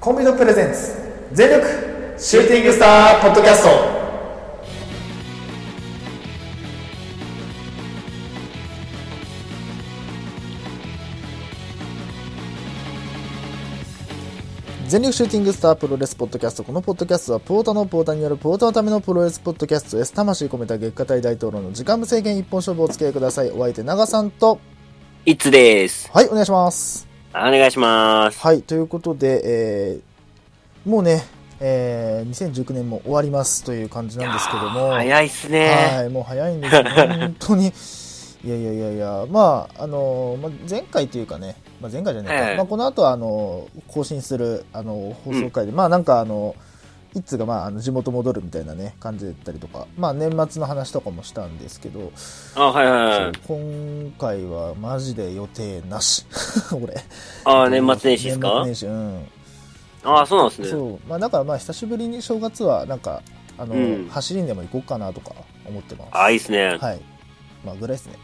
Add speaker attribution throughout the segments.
Speaker 1: コンビのプレゼンツ全力シューティングスターポッドキャスト全力シューティングスタープロレスポッドキャストこのポッドキャストはポータのポータによるポータのためのプロレスポッドキャストです魂込めた月下大大統領の時間無制限一本勝負をお付き合いくださいお相手長さんと
Speaker 2: いつです。
Speaker 1: はいお願いします
Speaker 2: お願いします。
Speaker 1: はい、ということで、えーもうね、えー2019年も終わりますという感じなんですけども、
Speaker 2: 早いっす
Speaker 1: は
Speaker 2: ね。
Speaker 1: い、もう早いんですよ、本当に。いやいやいやいや、まあ、あのまあ、前回というかね、まあ、前回じゃないか、
Speaker 2: ええ
Speaker 1: まあ、この後はあの更新するあの放送回で、まあなんかあの、いつが、まあ、あの地元戻るみたいなね、感じだったりとか、まあ年末の話とかもしたんですけど、
Speaker 2: あ、はいはいはい。
Speaker 1: そう今回はマジで予定なし、 俺。
Speaker 2: あ、年末年始ですか
Speaker 1: 年末年始、うん。
Speaker 2: あ、そうなんですね。
Speaker 1: そう、まあ、だからまあ久しぶりに正月はなんかあの、
Speaker 2: うん
Speaker 1: 走りにでも行こうかなとか思ってます
Speaker 2: あ、いいっすね。
Speaker 1: はいまあぐらいですね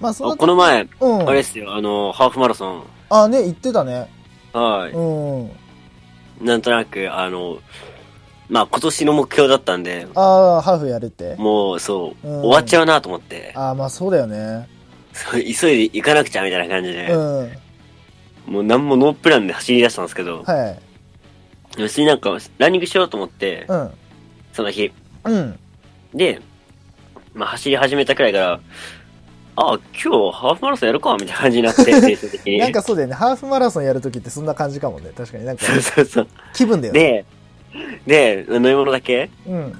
Speaker 1: まあそ
Speaker 2: あ
Speaker 1: の
Speaker 2: この前、
Speaker 1: うん
Speaker 2: あれっすよ、あの、ハーフマラソン。
Speaker 1: あね行ってたね
Speaker 2: は
Speaker 1: うん
Speaker 2: い。なんとなく、あの、まあ今年の目標だったんで、
Speaker 1: ああハーフやるって
Speaker 2: もうそう、
Speaker 1: うん
Speaker 2: 終わっちゃうなと思って、
Speaker 1: ああまあそうだよね
Speaker 2: そう急いで行かなくちゃみたいな感じ
Speaker 1: う
Speaker 2: で、
Speaker 1: ん
Speaker 2: もうなんもノープランで走り出したんですけど、
Speaker 1: はい
Speaker 2: 別になんかランニングしようと思って、
Speaker 1: うん
Speaker 2: その日。
Speaker 1: うん
Speaker 2: で、まあ走り始めたくらいから、あ、今日ハーフマラソンやるかみたいな感じに なって、精神的に。
Speaker 1: なんかそうだよねハーフマラソンやるときってそんな感じかもね確かになんか
Speaker 2: そうそうそう。
Speaker 1: 気分だよね
Speaker 2: で、で、飲み物だけ
Speaker 1: うん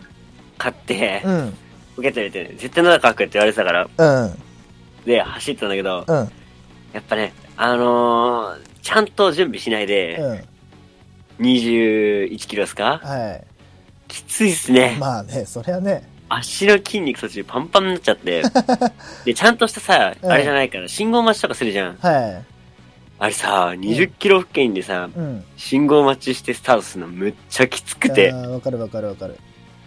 Speaker 2: 買って
Speaker 1: う、ん
Speaker 2: ポケットに入れて、絶対喉乾くって言われてたから、
Speaker 1: うん
Speaker 2: で、走ってたんだけど、
Speaker 1: うん
Speaker 2: やっぱね、あのー、ちゃんと準備しないで、
Speaker 1: うん
Speaker 2: 21キロですか
Speaker 1: は
Speaker 2: きついっす
Speaker 1: い
Speaker 2: ね。
Speaker 1: まあねそりゃね
Speaker 2: 足の筋肉途中パンパンになっち ゃって、で、ちゃんとしたさ、
Speaker 1: うん
Speaker 2: あれじゃないから、信号待ちとかするじゃん。
Speaker 1: は
Speaker 2: あれさ、20キロ付近でさ、
Speaker 1: いうん
Speaker 2: 信号待ちしてスタートするのむっちゃきつくて
Speaker 1: あ、ーわかるわかるわかる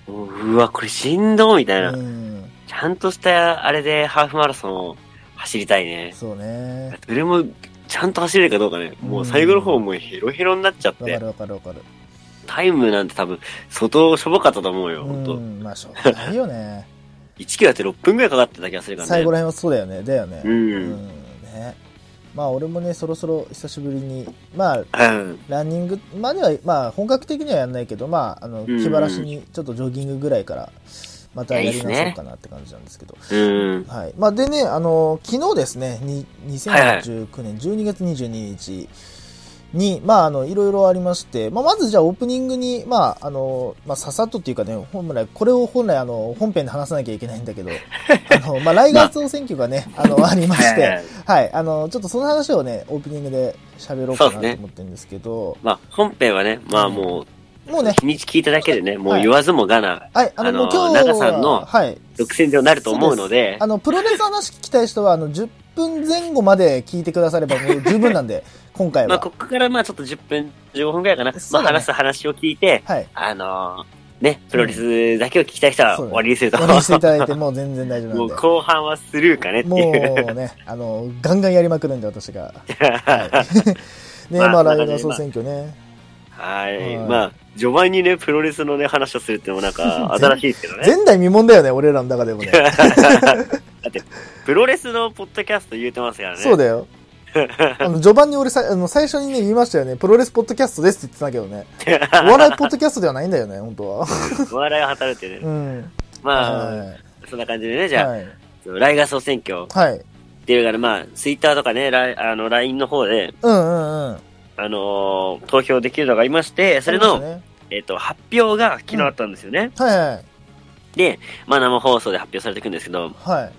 Speaker 2: もううわ、これしんどみたいな。
Speaker 1: うん
Speaker 2: ちゃんとしたあれでハーフマラソンを走りたいね。
Speaker 1: そうね
Speaker 2: それもちゃんと走れるかどうかね。もう最後の方もうヘロヘロになっちゃっ
Speaker 1: わか
Speaker 2: て
Speaker 1: る。わかるわかる
Speaker 2: タイムなんて多分相当しょぼかったと思うよ、ほん
Speaker 1: う
Speaker 2: と。
Speaker 1: んまあしょうがないよね
Speaker 2: 1キロだって6分くらいかか ってた気がするからね。
Speaker 1: 最後らへんはそうだよねだよね
Speaker 2: うん
Speaker 1: ねまあ俺もねそろそろ久しぶりにまあ
Speaker 2: うん。
Speaker 1: ランニングまではまあ本格的にはやんないけどまああの
Speaker 2: ん
Speaker 1: 気晴らしにちょっとジョギングぐらいからまたやり
Speaker 2: いやいいっす
Speaker 1: 直そ
Speaker 2: ね
Speaker 1: うかなって感じなんですけど
Speaker 2: うん。
Speaker 1: はいまあでねあの昨日ですねに
Speaker 2: はいはい
Speaker 1: 2019年12月22日にまああのいろいろありまして、まあ、まずじゃあオープニングにまああの、まあ、ささっとっていうかね本来これを本来あの本編で話さなきゃいけないんだけ どあのまあ来月総選挙がね、あ、のありまし
Speaker 2: はい
Speaker 1: て
Speaker 2: はい
Speaker 1: はいあのちょっとその話をねオープニングで喋ろうかなと
Speaker 2: そうですね
Speaker 1: 思ってるんですけど
Speaker 2: まあ本編はね、まあも
Speaker 1: もう
Speaker 2: う
Speaker 1: ね
Speaker 2: 日にち聞いただけでね、も
Speaker 1: は
Speaker 2: う
Speaker 1: い
Speaker 2: 言わずもがな、
Speaker 1: はいあの
Speaker 2: あの
Speaker 1: もう今日は
Speaker 2: 長さんの
Speaker 1: はい
Speaker 2: 独占ではなると思うので、
Speaker 1: あの、プロレスの話聞きたい人は、あの、10分前後まで聞いてくださればもう十分なん で、今回
Speaker 2: まあ
Speaker 1: は
Speaker 2: こ。こからまあちょっと10分、15分くらいかな。
Speaker 1: そ
Speaker 2: ま
Speaker 1: う
Speaker 2: あ
Speaker 1: だね
Speaker 2: 話す話を聞いて、
Speaker 1: はい。
Speaker 2: あのー、ね、プロレスだけを聞きたい人は
Speaker 1: そうだね
Speaker 2: 終わりにすると。
Speaker 1: 応援していただいて、もう全然大丈夫な
Speaker 2: も
Speaker 1: ん
Speaker 2: う
Speaker 1: で。
Speaker 2: 後半はスルーかねって
Speaker 1: も
Speaker 2: いう。
Speaker 1: うね、あの、ガンガンやりまくるんで、私 が。はい。ね、
Speaker 2: まあ
Speaker 1: まあ、
Speaker 2: そん
Speaker 1: 来年
Speaker 2: な感
Speaker 1: の
Speaker 2: じで
Speaker 1: 総選挙ね。
Speaker 2: はい、
Speaker 1: はい
Speaker 2: まあ、序盤にね、プロレスのね、話をするっていうのもなんか、 新しいですけど ね。
Speaker 1: 前代未聞だよね、俺らの中でもね。
Speaker 2: プロレスのポッドキャスト言うてますからね。
Speaker 1: そうだ よ。あの、序盤に俺さ、あの、最初にね、言いましたよね。プロレスポッドキャストですって言ってたけどね。お笑いポッドキャストではないんだよね、本当は。
Speaker 2: お笑いを働いて
Speaker 1: う
Speaker 2: ね。
Speaker 1: ん。
Speaker 2: まあ、
Speaker 1: は
Speaker 2: そんな感じでね、
Speaker 1: い。
Speaker 2: じゃあ、
Speaker 1: はい。
Speaker 2: 来月総選挙
Speaker 1: はい。
Speaker 2: っていうから、まあ、ツイッターとかね、来あの、LINE の方で、
Speaker 1: うんうんうん。
Speaker 2: あのー投票できるのがありまして、それの、
Speaker 1: ね
Speaker 2: えっ、と、発表が昨日あったんですよね。
Speaker 1: はいはい。
Speaker 2: で、まあ、生放送で発表されていくんですけど、
Speaker 1: はい。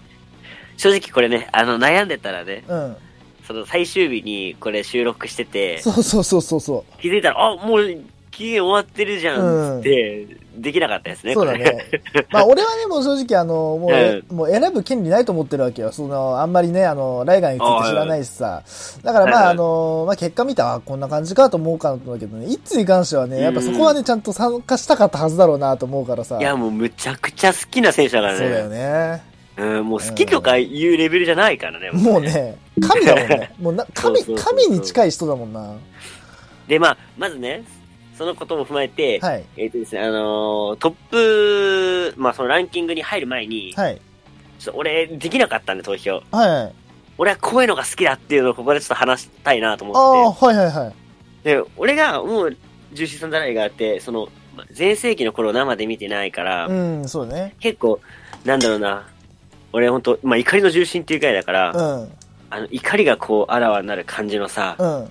Speaker 2: 正直これね、あの、悩んでたらね、
Speaker 1: うん。
Speaker 2: その最終日にこれ収録してて、
Speaker 1: そうそうそうそうそ
Speaker 2: 気づいたら、あ、もう期限終わってるじゃ
Speaker 1: うん
Speaker 2: ん、つって、できなかったです
Speaker 1: う。
Speaker 2: ね、
Speaker 1: そう
Speaker 2: こ
Speaker 1: だ
Speaker 2: れ。
Speaker 1: ね。まあ俺はね、もう正直あの、もう、
Speaker 2: え
Speaker 1: もう選ぶ権利ないと思ってるわけよ。その、あんまりね、あの、ライガンについて知らないしさ。だからまあ
Speaker 2: はい
Speaker 1: あの、まあ結果見たら、あこんな感じかと思うかなと思うけどね、いつに関してはね、やっぱそこはね、ちゃんと参加したかったはずだろうなと思うからさ。
Speaker 2: いや、もうむちゃくちゃ好きな選手だか
Speaker 1: そう
Speaker 2: ら
Speaker 1: だよ
Speaker 2: ね。
Speaker 1: ね。
Speaker 2: うん、もう好きとかいうレベルじゃないからね。
Speaker 1: もうね、神だもんね。もうな、神、
Speaker 2: そうそうそうそう
Speaker 1: 神に近い人だもんな。
Speaker 2: で、まあ、まずね、そのことも踏まえて、
Speaker 1: はい。
Speaker 2: えっ、とですね、あのートップ、まあそのランキングに入る前に、
Speaker 1: はい。
Speaker 2: ちょっと俺、できなかったんで投票。
Speaker 1: はいはい。
Speaker 2: 俺はこういうのが好きだっていうのをここでちょっと話したいなと
Speaker 1: あ
Speaker 2: 思
Speaker 1: あ、は
Speaker 2: っ
Speaker 1: いはいはい。
Speaker 2: て。で、俺がもう、重視さんざらいがあって、その、まあ前世紀の頃生で見てないから、
Speaker 1: うん、そうね。
Speaker 2: 結構、なんだろうな、俺ほんと、まあ怒りの重心っていう回だから、
Speaker 1: うん、
Speaker 2: あの、怒りがこう、あらわになる感じのさ、
Speaker 1: うん、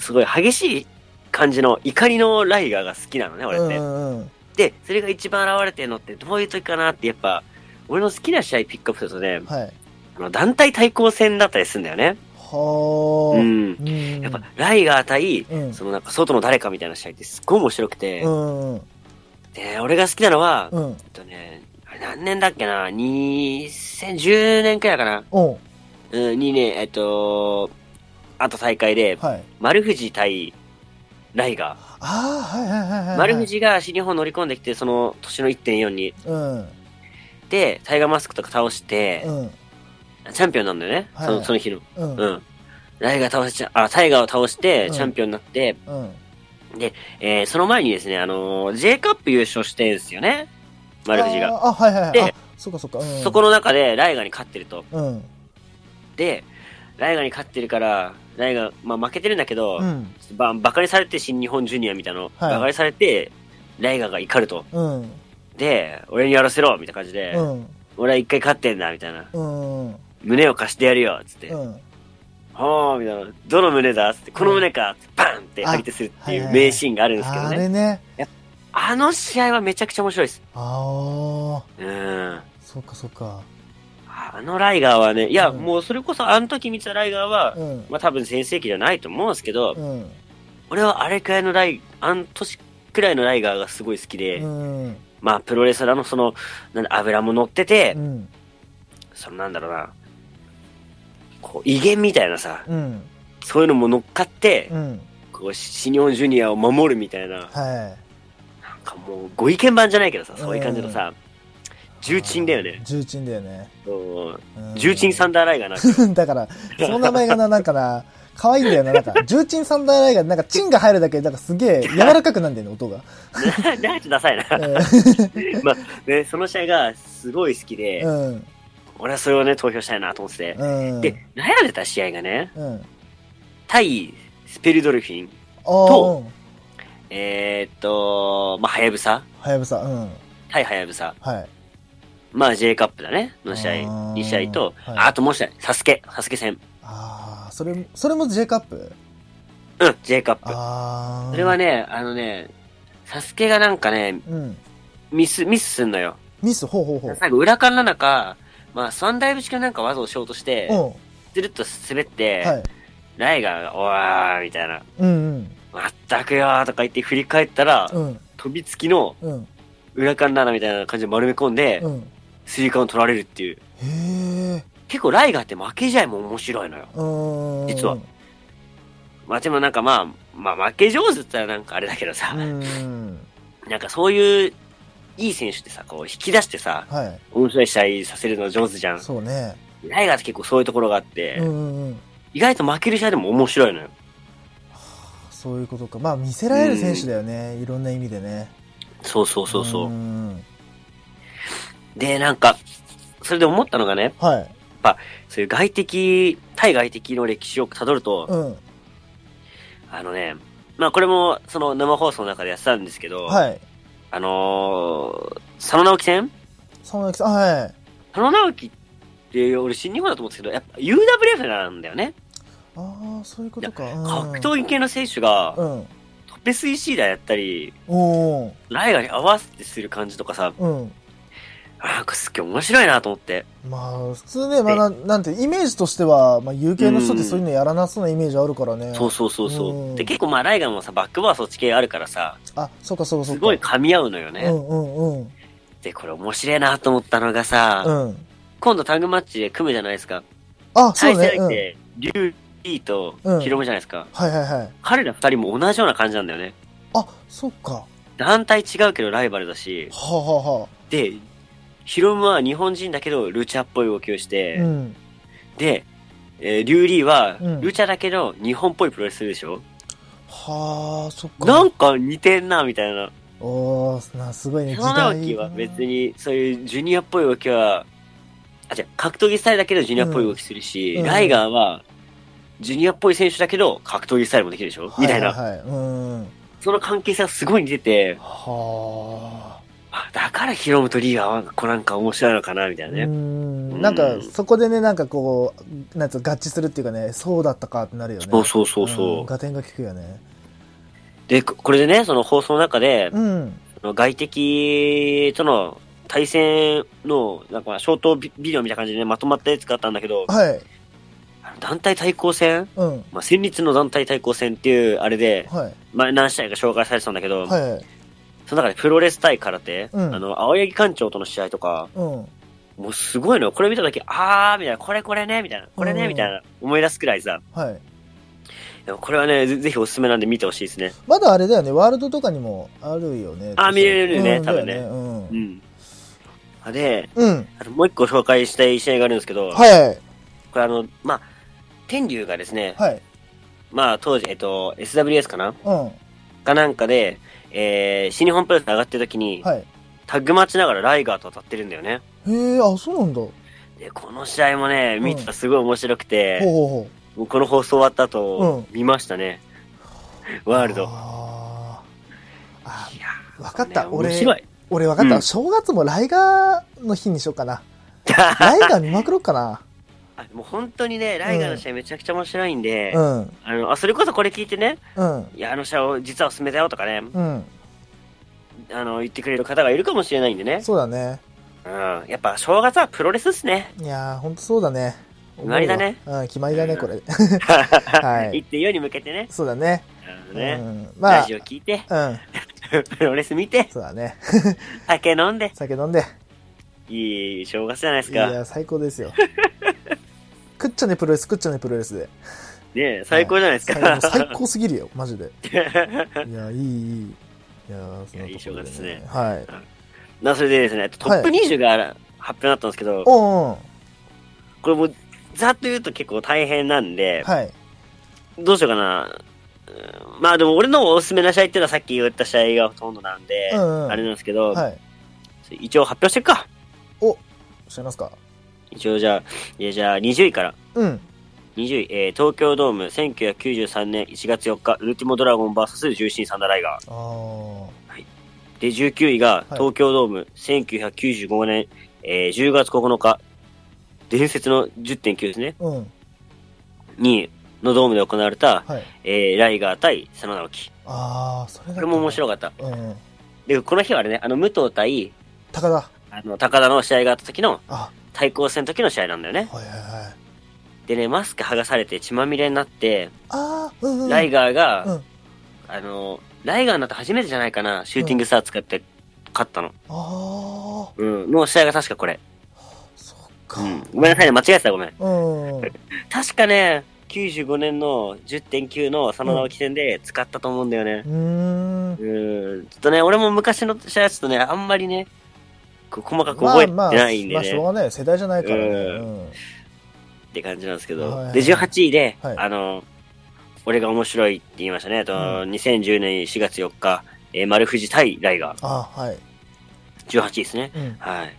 Speaker 2: すごい激しい感じの怒りのライガーが好きなのね、俺
Speaker 1: う
Speaker 2: っ
Speaker 1: ん
Speaker 2: て。
Speaker 1: うん、うん。
Speaker 2: で、それが一番現れてるのってどういう時かなって、やっぱ、俺の好きな試合ピックアップするとね、
Speaker 1: はい。
Speaker 2: あの団体対抗戦だったりするんだよね。
Speaker 1: はあ。
Speaker 2: うん。
Speaker 1: うん。
Speaker 2: やっぱ、ライガー対、
Speaker 1: うん、
Speaker 2: そのなんか外の誰かみたいな試合ってすっごい面白くて
Speaker 1: う、ん、うん、
Speaker 2: で、俺が好きなのは、え
Speaker 1: うん、うん
Speaker 2: っとね、あれ何年だっけな、2010年くらいかな、
Speaker 1: おう
Speaker 2: うん、にね、えっと、あと大会で、
Speaker 1: はい。
Speaker 2: 丸藤対ライガー。
Speaker 1: ああ、はいはいはいはい。
Speaker 2: 丸。藤が足2本乗り込んできて、その年の1.4に。
Speaker 1: うん、うん、
Speaker 2: で、タイガーマスクとか倒して、チャンピオンなんだよね。
Speaker 1: はい
Speaker 2: そのその日の。
Speaker 1: うん、
Speaker 2: うん。ライガー倒しちゃ、あ、タイガーを倒して、
Speaker 1: うん
Speaker 2: チャンピオンになって、
Speaker 1: うん。
Speaker 2: えー、その前にですね、あのー J カップ優勝してんすよね。丸藤が。
Speaker 1: あーあ、はいはいはい。
Speaker 2: で
Speaker 1: あ、そっかそっか。うん、
Speaker 2: そこの中で、ライガーに勝ってると。
Speaker 1: うん、
Speaker 2: で、ライガーに勝ってるから、ライガー、まあ負けてるんだけど、
Speaker 1: うん、
Speaker 2: ばバカにされて新日本ジュニアみたいなの、
Speaker 1: はい
Speaker 2: バカにされて、ライガーが怒ると。
Speaker 1: うん、
Speaker 2: で、俺にやらせろみたいな感じで、
Speaker 1: うん、
Speaker 2: 俺は一回勝ってんだみたいな。
Speaker 1: うん、うん、
Speaker 2: 胸を貸してやるよつって。
Speaker 1: うん。
Speaker 2: はあ、みたいな。どの胸だつって、この胸か、バンって相手するっていう名シーンがあるんですけど
Speaker 1: あ
Speaker 2: ね。
Speaker 1: れね。
Speaker 2: あの試合はめちゃくちゃ面白いです。
Speaker 1: ああ、
Speaker 2: うん。
Speaker 1: そっかそっか。
Speaker 2: あのライガーはね、いや、
Speaker 1: うん
Speaker 2: もうそれこそあの時見てたライガーは、
Speaker 1: うん、
Speaker 2: まあ多分全盛期じゃないと思うんですけど、
Speaker 1: うん、
Speaker 2: 俺はあれくらいのライ、あの年くらいのライガーがすごい好きで、
Speaker 1: うん、
Speaker 2: まあプロレスラーのその、なんだ、油も乗ってて、
Speaker 1: うん、
Speaker 2: そのなんだろうな、こう、威厳みたいなさ、
Speaker 1: うん、
Speaker 2: そういうのも乗っかって、
Speaker 1: うん、
Speaker 2: こう、新日本ジュニアを守るみたいな、
Speaker 1: はい。
Speaker 2: なんかもう、ご意見番じゃないけどさ、そういう感じのさ、重鎮だよね。
Speaker 1: 重鎮だよね。
Speaker 2: そう
Speaker 1: うん
Speaker 2: 重鎮サンダーライガーなんか
Speaker 1: だから、その名前がな、なんかな、可愛いんだよな、なんか、重鎮サンダーライガー、なんか、チンが入るだけで、なんかすげえ柔らかくなんだよね、音 が。
Speaker 2: ななんちょっとダサいな。まあ、ね、その試合がすごい好きで、
Speaker 1: うん、
Speaker 2: 俺はそれをね、投票したいなと思ってて。
Speaker 1: うん。
Speaker 2: で、悩んでた試合がね、
Speaker 1: うん。
Speaker 2: 対スペルドルフィン、
Speaker 1: おー、
Speaker 2: えー、っと、まあ、はやぶさ
Speaker 1: はやぶさ、うん。
Speaker 2: 対はやぶさ。
Speaker 1: はい。
Speaker 2: まあ、J カップだね、の試合、
Speaker 1: あー
Speaker 2: 2試合と、
Speaker 1: はい
Speaker 2: ああともう一試合、サスケ、サスケ戦。
Speaker 1: あー、それも、それも J カップ
Speaker 2: うん、J カップ。
Speaker 1: あー。
Speaker 2: それはね、あのね、サスケがなんかね、
Speaker 1: うん。
Speaker 2: ミス、ミスすんのよ。
Speaker 1: ミス、ほうほうほう。
Speaker 2: 最後、裏からなのか、まあ、スワンダイブ式のなんか技をしようとして、
Speaker 1: う
Speaker 2: つるっと滑って、
Speaker 1: ん。はい。
Speaker 2: ライガーが、おわー、みたいな。
Speaker 1: うん
Speaker 2: まったくよーとか言って振り返ったら、
Speaker 1: うん。うん。
Speaker 2: 飛びつきの
Speaker 1: うん。
Speaker 2: 裏カンナナみたいな感じで丸め込んで、
Speaker 1: うん。
Speaker 2: スリーカンを取られるっていう。
Speaker 1: へえ。
Speaker 2: 結構ライガーって負け試合も面白いのよ。
Speaker 1: うーん。
Speaker 2: 実はまあでもなんかまあ、まあ負け上手って言ったらなんかあれだけどさ
Speaker 1: う、ん。
Speaker 2: なんかそういう、いい選手ってさ、こう引き出してさ、
Speaker 1: はい。
Speaker 2: 面白い試合させるの上手じゃん。
Speaker 1: そうね。
Speaker 2: ライガーって結構そういうところがあって、
Speaker 1: うんうんうん。
Speaker 2: 意外と負ける試合でも面白いのよ。
Speaker 1: そういうことか。まあ、見せられる選手だよね。いろんな意味でね。
Speaker 2: そうそうそうそう。
Speaker 1: ん
Speaker 2: で、なんか、それで思ったのがね、
Speaker 1: はい。
Speaker 2: そういう外敵、対外敵の歴史をたどると、
Speaker 1: うん。
Speaker 2: あのね、まあこれもその生放送の中でやってたんですけど、
Speaker 1: はい。
Speaker 2: あのー、佐野直樹戦
Speaker 1: 佐野さん、はい。
Speaker 2: 佐野直樹って俺新日本だと思ってたけど、やっぱ UWF なんだよね。
Speaker 1: ああ、そういうことか。うん
Speaker 2: 格闘技系の選手が
Speaker 1: う、ん。
Speaker 2: トペスイシーダーやったり、
Speaker 1: おー
Speaker 2: ライガーに合わせてする感じとかさ、
Speaker 1: うん。
Speaker 2: あーなんかすっげえ面白いなと思って。
Speaker 1: まあ、普通ね、まあ、なんなんて、イメージとしては、まあ、有形の人ってそういうのやらなそうなイメージあるからね。
Speaker 2: そうそうそうそう。
Speaker 1: うん
Speaker 2: で、結構まあライガーもさ、バックバーそっち系あるからさ、
Speaker 1: あ、そうか、そうか、そうか。
Speaker 2: すごい噛み合うのよね。
Speaker 1: うんうんうん。
Speaker 2: で、これ面白いなと思ったのがさ、
Speaker 1: うん。
Speaker 2: 今度タッグマッチで組むじゃないですか。
Speaker 1: あ、そ
Speaker 2: 対
Speaker 1: うね
Speaker 2: 戦。
Speaker 1: うん
Speaker 2: 相。手、リュウリーとヒロムじゃないですか。
Speaker 1: はいはいはい。
Speaker 2: 彼ら二人も同じような感じなんだよね。
Speaker 1: あ、そっか。は
Speaker 2: 団体違うけどライバルだし、
Speaker 1: あ、はあは
Speaker 2: で、ヒロムは日本人だけどルチャっぽい動きをし
Speaker 1: あ。
Speaker 2: て、
Speaker 1: うん。
Speaker 2: で、えーリュウリーは
Speaker 1: うん
Speaker 2: ルチャだけど日本っぽいプロレスするでしょ、
Speaker 1: ははあ、そっか。
Speaker 2: なんか似てんな、みたいな。
Speaker 1: おーな、すごいね、
Speaker 2: 山直樹は別。に、そういうジュニアっぽい動きは、あ、違う、格闘技スタイルだけどジュニアっぽい動きするし、
Speaker 1: うんうん
Speaker 2: ライガーは、ジュニアっぽい選手だけど、格闘技スタイルもできるでしょ、
Speaker 1: 時代
Speaker 2: みたいな。
Speaker 1: はいはいはい、うん。
Speaker 2: その関係性がすごい似てて、
Speaker 1: はあ。
Speaker 2: あ、だからヒロムとリーガーは、こうなんか面白いのかな、みたいなね。
Speaker 1: うー
Speaker 2: うんん
Speaker 1: なんか、そこでね、なんかこう、なんつうの合致するっていうかね、そうだったかってなるよね。
Speaker 2: そうそうそうそう。
Speaker 1: ん合点が効くよね。
Speaker 2: で、ここれでね、その放送の中で、
Speaker 1: うん。
Speaker 2: その外敵との対戦の、なんか、ショートビビデオみたいな感じでね、まとまったやつがあったんだけど、
Speaker 1: はい。
Speaker 2: あの団体対抗戦
Speaker 1: うん。
Speaker 2: まあ、戦慄の団体対抗戦っていう、あれで、
Speaker 1: はい。
Speaker 2: まあ、何試合か紹介されてたんだけ
Speaker 1: は
Speaker 2: ど、
Speaker 1: い。
Speaker 2: その中でプロレス対空手、
Speaker 1: うん
Speaker 2: あの、青柳館長との試合とか、
Speaker 1: うん。
Speaker 2: もうすごいのよ。これ見たとき、あー、みたいな、これこれね、みたいな、これ
Speaker 1: う
Speaker 2: ね、
Speaker 1: ん
Speaker 2: みたいな、思い出すくらいさ。
Speaker 1: はい。
Speaker 2: でもこれはね、ぜぜひおすすめなんで見てほしいですね。
Speaker 1: まだあれだよね、ワールドとかにもあるよね。
Speaker 2: あ見れるよね
Speaker 1: うん
Speaker 2: 多分ね
Speaker 1: だよね
Speaker 2: う。ん。あで、
Speaker 1: うん。うん。
Speaker 2: あともう一個紹介したい試合があるんですけど、
Speaker 1: はい。
Speaker 2: これあの、まあ、天竜がですね、
Speaker 1: はい。
Speaker 2: まあ当時、えっと、SWS かな
Speaker 1: うん。
Speaker 2: かなんかで、えー、新日本プロレス上がってる時に、
Speaker 1: はい。
Speaker 2: タッグマッチながらライガーと当たってるんだよね。
Speaker 1: へえ、あ、そうなんだ。ほ
Speaker 2: で、この試合もね、見てたらすごい面白くて、
Speaker 1: うほうほう。
Speaker 2: もうこの放送終わった後、見ましたね。ワールド。
Speaker 1: あーあ
Speaker 2: いや
Speaker 1: わかった、
Speaker 2: ね面白
Speaker 1: 俺、
Speaker 2: い。
Speaker 1: 俺わかった、
Speaker 2: うん
Speaker 1: 正月もライガーの日にしようか な。ライガー見まくろうかな。
Speaker 2: あもう本当にね、ライガーの試合めちゃくちゃ面白いんで、
Speaker 1: うん、
Speaker 2: あのあそれこそこれ聞いてね、
Speaker 1: うん、
Speaker 2: いや、あの試合を実はおすすめだよとかね、
Speaker 1: うん。
Speaker 2: あの言ってくれる方がいるかもしれないんでね、
Speaker 1: そうだね。
Speaker 2: うん、やっぱ正月はプロレスっすね。
Speaker 1: いやー、ほんとそうだね。
Speaker 2: 決まりだね
Speaker 1: 思うわ。うん、決まりだね、こ れ。い
Speaker 2: 一定ように向けてね、
Speaker 1: そうだね。
Speaker 2: あの
Speaker 1: う
Speaker 2: ね
Speaker 1: ん、ま
Speaker 2: ラ
Speaker 1: あ、
Speaker 2: ジオ聞いて、
Speaker 1: うん、
Speaker 2: プロレス見て、
Speaker 1: そうだね。
Speaker 2: 酒飲んで、
Speaker 1: 酒飲んで。
Speaker 2: いい正月じゃないです
Speaker 1: い
Speaker 2: か。
Speaker 1: や、最高ですよ。 くっちゃねプロレス、くっちゃねプロレスで。
Speaker 2: ねえ最高じゃないです
Speaker 1: 最
Speaker 2: か。
Speaker 1: 高最高すぎるよ、マジ で。いや、いい、いい。いやー、そんなところで、
Speaker 2: いい正月ですね
Speaker 1: はい。
Speaker 2: なそれでですね、トップ20が発表になったんですけど、
Speaker 1: おうん、
Speaker 2: これもうざっと言うと結構大変なんで、
Speaker 1: はい。
Speaker 2: どうしようかな。うんまあでも俺のおすすめな試合っていうのはさっき言った試合がほとんどなんで、
Speaker 1: うんうん
Speaker 2: あれなんですけど、
Speaker 1: はい。
Speaker 2: 一応発表していくか。
Speaker 1: 知りますか
Speaker 2: 一応じゃあ、いやじゃあ20位から。
Speaker 1: うん。
Speaker 2: 20位、えー東京ドーム1993年1月4日、ウルティモドラゴン VS 重心サンダーライガ
Speaker 1: ああ。
Speaker 2: ー。で、19位が
Speaker 1: はい
Speaker 2: 東京ドーム1995年、えー10月9日、伝説の10.9ですね、
Speaker 1: うん。
Speaker 2: にのドームで行われた、
Speaker 1: はい。
Speaker 2: えーライガー対佐野直樹。
Speaker 1: ああ、それだ
Speaker 2: これも面
Speaker 1: い。
Speaker 2: 白かった。
Speaker 1: うん。
Speaker 2: で、この日はあれね、あの、武藤対、
Speaker 1: 高田。
Speaker 2: あの、高田の試合があった時の、
Speaker 1: あ、
Speaker 2: 対抗戦の時の試合なんだよね。
Speaker 1: はいはいはい。
Speaker 2: でね、マスク剥がされて血まみれになって、
Speaker 1: ああ、うん、うん。
Speaker 2: ライガーが、
Speaker 1: うん
Speaker 2: あの、ライガーになって初めてじゃないかな、シューティングスター使って勝ったの。
Speaker 1: ああ、
Speaker 2: うん。の試合が確かこれ。
Speaker 1: そっ
Speaker 2: う
Speaker 1: か。
Speaker 2: ん。ごめんなさいね、間違えてたごめん。
Speaker 1: うん。
Speaker 2: 確かね、95年の10.9の佐野直樹戦で使ったと思うんだよね。
Speaker 1: うん。
Speaker 2: うん。ちょっとね、俺も昔の試合はちょっとね、あんまりね、こう細かく覚えてないんで
Speaker 1: まあ、まあ、
Speaker 2: ね
Speaker 1: しょう。がないよ。世代じゃないからね。
Speaker 2: う
Speaker 1: うん。
Speaker 2: って感じなんですけ
Speaker 1: は
Speaker 2: ど、
Speaker 1: い
Speaker 2: で、18位で、
Speaker 1: はい
Speaker 2: あの、俺が面白いって言いましたね。あと、
Speaker 1: うん
Speaker 2: 2010年4月4日、えー丸藤対ライガー、
Speaker 1: あはい。
Speaker 2: 18位ですね。
Speaker 1: うん。
Speaker 2: はい。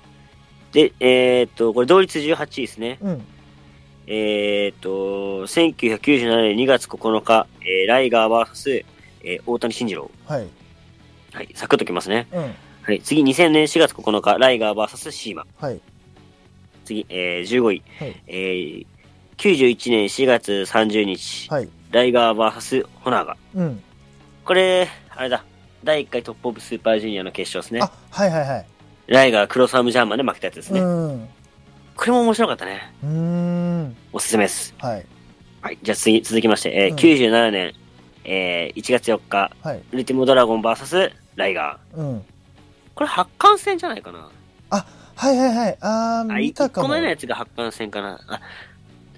Speaker 2: で、えーっと、これ同率18位ですね。
Speaker 1: うん。
Speaker 2: えーっと、1997年2月9日、えーライガー VS、えー大谷慎次郎。
Speaker 1: はい。
Speaker 2: はい、サクッときますね。
Speaker 1: うん。
Speaker 2: はい、次2000年4月9日、ライガー VS シーマ。
Speaker 1: はい。
Speaker 2: 次、えー15位、
Speaker 1: はい
Speaker 2: えー91年4月30日、
Speaker 1: はい。
Speaker 2: ライガー VS ホナーガ。
Speaker 1: うん。
Speaker 2: これ、あれだ。第1回トップオブスーパージュニアの決勝ですね
Speaker 1: あ。、はいはいはい。
Speaker 2: ライガークロスハムジャーマンで負けたやつです
Speaker 1: う
Speaker 2: ね。
Speaker 1: ん。う
Speaker 2: これも面白かったね。
Speaker 1: ーん。
Speaker 2: おすすめです。
Speaker 1: はい。
Speaker 2: はい。じゃあ次、続きまして、えー
Speaker 1: うん
Speaker 2: 97年、えー1月4日、
Speaker 1: はい。
Speaker 2: ウルティモドラゴン VS ライガー。
Speaker 1: うん。
Speaker 2: これ発汗戦じゃないかな。
Speaker 1: はいはいはい。あー、
Speaker 2: あ、
Speaker 1: 見
Speaker 2: 1
Speaker 1: たか
Speaker 2: 個
Speaker 1: も。
Speaker 2: 目のやつが発汗戦かな。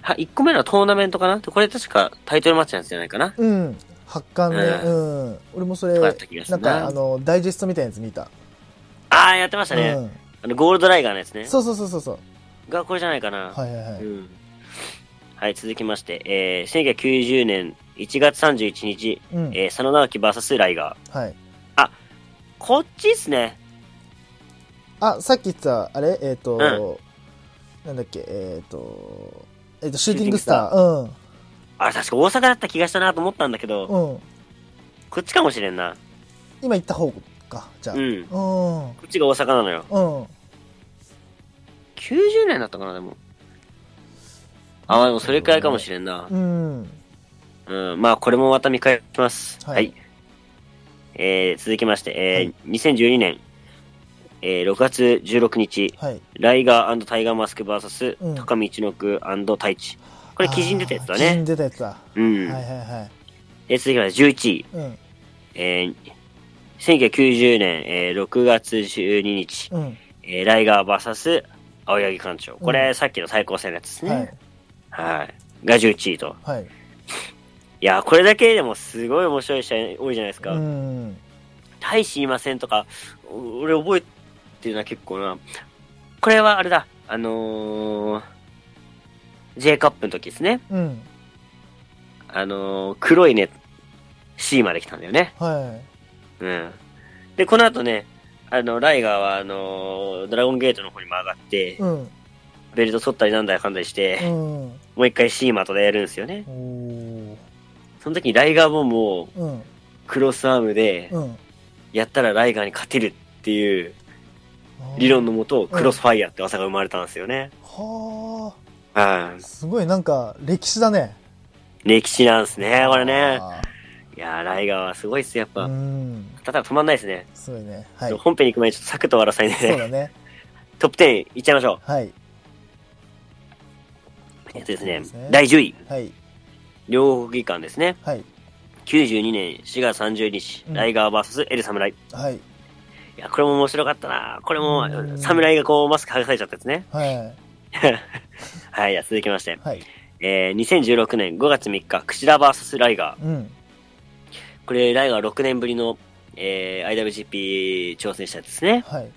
Speaker 2: あ、は、1個目のはトーナメントかなこれ確かタイトルマッチなんじゃないかな。
Speaker 1: うん。発汗ね。
Speaker 2: う
Speaker 1: うん。俺もそ
Speaker 2: と
Speaker 1: れ、
Speaker 2: かだった気がす
Speaker 1: な
Speaker 2: る
Speaker 1: ん
Speaker 2: な
Speaker 1: か、あの、ダイジェストみたいなやつ見た。
Speaker 2: あー、やってましたね。
Speaker 1: うん。
Speaker 2: あの、ゴールドライガーのやつね。
Speaker 1: そうそうそうそうそう。
Speaker 2: がこれじゃないかな。
Speaker 1: はいはいは
Speaker 2: う
Speaker 1: い。
Speaker 2: ん。はい、続きまして、えー、1990年1月31日、
Speaker 1: うん。
Speaker 2: えー、佐野直樹 VS ライガー。
Speaker 1: はい。
Speaker 2: こっちですね。
Speaker 1: あ、さっき言ってた、あれえっ、と、なんだっけ、えっ、と、えっ、と、シューティングスター。
Speaker 2: あれ、確か大阪だった気がしたなと思ったんだけど、
Speaker 1: うん。うん。
Speaker 2: こっちかもしれんな。
Speaker 1: 今言った方か、じゃあ。
Speaker 2: うん。こ
Speaker 1: うん。
Speaker 2: っちが大阪なのよ。
Speaker 1: うん。
Speaker 2: 90年だったかな、でも。あ、まあでもそれくらいかもしれんな。
Speaker 1: うん。
Speaker 2: うん、まあこれもまた見返します。
Speaker 1: は
Speaker 2: はいい。えー、続きまして、えー
Speaker 1: は
Speaker 2: 2012年、えー、6月16日、
Speaker 1: はい。
Speaker 2: ライガータイガーマスク VS、
Speaker 1: うん
Speaker 2: 高見一の句太一。これ、記事に出たやつだ
Speaker 1: あー記事に
Speaker 2: ね。
Speaker 1: 出たやつだ。
Speaker 2: うん。
Speaker 1: はいはいはい。
Speaker 2: えー続きまして、11位。
Speaker 1: うん。
Speaker 2: えー1990年、えー6月12日、
Speaker 1: うん。
Speaker 2: えーライガー VS 青柳館長。これ、
Speaker 1: う
Speaker 2: さっきの最高戦のやつです
Speaker 1: は
Speaker 2: ね
Speaker 1: い。。
Speaker 2: はい。が11位と。
Speaker 1: はい。
Speaker 2: いやー、これだけでもすごい面白い試合多いじゃないですか。
Speaker 1: うん。
Speaker 2: 大使いませんとか、お俺覚えてるな、結構な。これはあれだ、あのー、J カップの時ですね。
Speaker 1: うん。
Speaker 2: あのー、黒いね、C まで来たんだよね。
Speaker 1: は
Speaker 2: うん。で、この後ね、あの、ライガーは、あのードラゴンゲートの方にも上がっ
Speaker 1: い。
Speaker 2: て、
Speaker 1: うん。
Speaker 2: ベルト取ったりなんだりかんだりして、
Speaker 1: うん。
Speaker 2: もう一回 C まとでやるんですよね。
Speaker 1: おー。
Speaker 2: その時にライガーボムを
Speaker 1: うん。
Speaker 2: クロスアームで、
Speaker 1: うん。
Speaker 2: やったらライガーに勝てるっていう理論のもと、クロスファイアって技が生まれたんですよね。
Speaker 1: は
Speaker 2: は
Speaker 1: あ。
Speaker 2: い
Speaker 1: すごいなんか歴史だね
Speaker 2: 歴史なんですね、これね。
Speaker 1: あ
Speaker 2: いやー、ライガーはすごいっす、やっ
Speaker 1: ー
Speaker 2: ぱ。
Speaker 1: うん
Speaker 2: ただ止まんないですね。
Speaker 1: すごいねはいそ
Speaker 2: 本編に行く前にちょっとサクッと終わらせないんで
Speaker 1: う
Speaker 2: ね。
Speaker 1: だね
Speaker 2: トップ10いっちゃいましょう。
Speaker 1: はい
Speaker 2: えっとです
Speaker 1: そう
Speaker 2: ね
Speaker 1: ですね、
Speaker 2: 第10位、
Speaker 1: はい
Speaker 2: 両国技館ですね。
Speaker 1: はい
Speaker 2: 92年4月30日、
Speaker 1: うん
Speaker 2: ライガー VS エルサムライ。い
Speaker 1: はい
Speaker 2: や、これも面白かったなこれ
Speaker 1: う
Speaker 2: も
Speaker 1: ん、
Speaker 2: サムライがこう、マスク剥がされちゃったやつね。
Speaker 1: はい
Speaker 2: はい、じゃあ続きまして。
Speaker 1: はい
Speaker 2: えー、2016年5月3日、クシダ VS ライガー。
Speaker 1: うん
Speaker 2: これ、ライガー6年ぶりの、えー、IWGP 挑戦者ですね。
Speaker 1: はい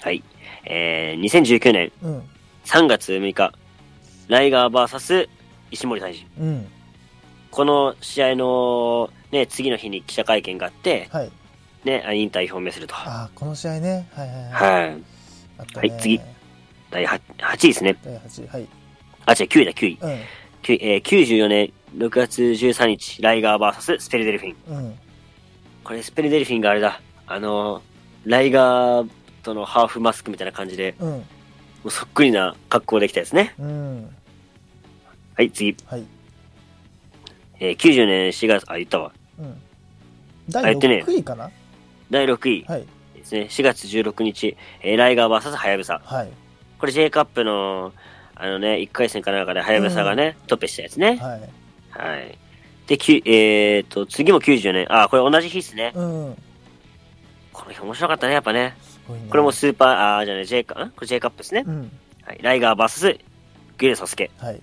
Speaker 2: はい。えー、2019年
Speaker 1: うん
Speaker 2: 3月6日、ライガー VS 石森大臣。
Speaker 1: うん
Speaker 2: この試合の、ね、次の日に記者会見があって、
Speaker 1: はい
Speaker 2: ね、あ引退表明すると。は
Speaker 1: ああこの試合ねはいはいは
Speaker 2: い。
Speaker 1: いあったね
Speaker 2: はい次第 8, 8位ですね。
Speaker 1: 第8位はい
Speaker 2: あ、違う、9位だ、9位。
Speaker 1: う
Speaker 2: きゅえー94年6月13日、ライガー VS スペルデルフィン。
Speaker 1: んうん
Speaker 2: これ、スペルデルフィンがあれだ。あのーライガーとのハーフマスクみたいな感じで、
Speaker 1: うん
Speaker 2: もうそっくりな格好できたですね。
Speaker 1: うん
Speaker 2: はい、次。
Speaker 1: はい
Speaker 2: えー90年4月、あ、言ったわ。
Speaker 1: うん
Speaker 2: あ
Speaker 1: 第
Speaker 2: やってね
Speaker 1: 6位かな
Speaker 2: 第6位
Speaker 1: はい
Speaker 2: ですね。4月16日、えーライガー VS ハヤブサ。
Speaker 1: はい
Speaker 2: これ J カップの、あのね、1回戦かなんかで、早めさがね、トッペしたやつね。
Speaker 1: はい
Speaker 2: はい。で、きゅえー、と、次も90年。あ、これ同じ日っすね。
Speaker 1: うん
Speaker 2: この日面白かったね、やっぱね。
Speaker 1: すごいね
Speaker 2: これもスーパー、あー、じゃあね、J カ、んこれ J カップですね。
Speaker 1: うん
Speaker 2: はい。ライガー VS、グレーサスケ。
Speaker 1: はい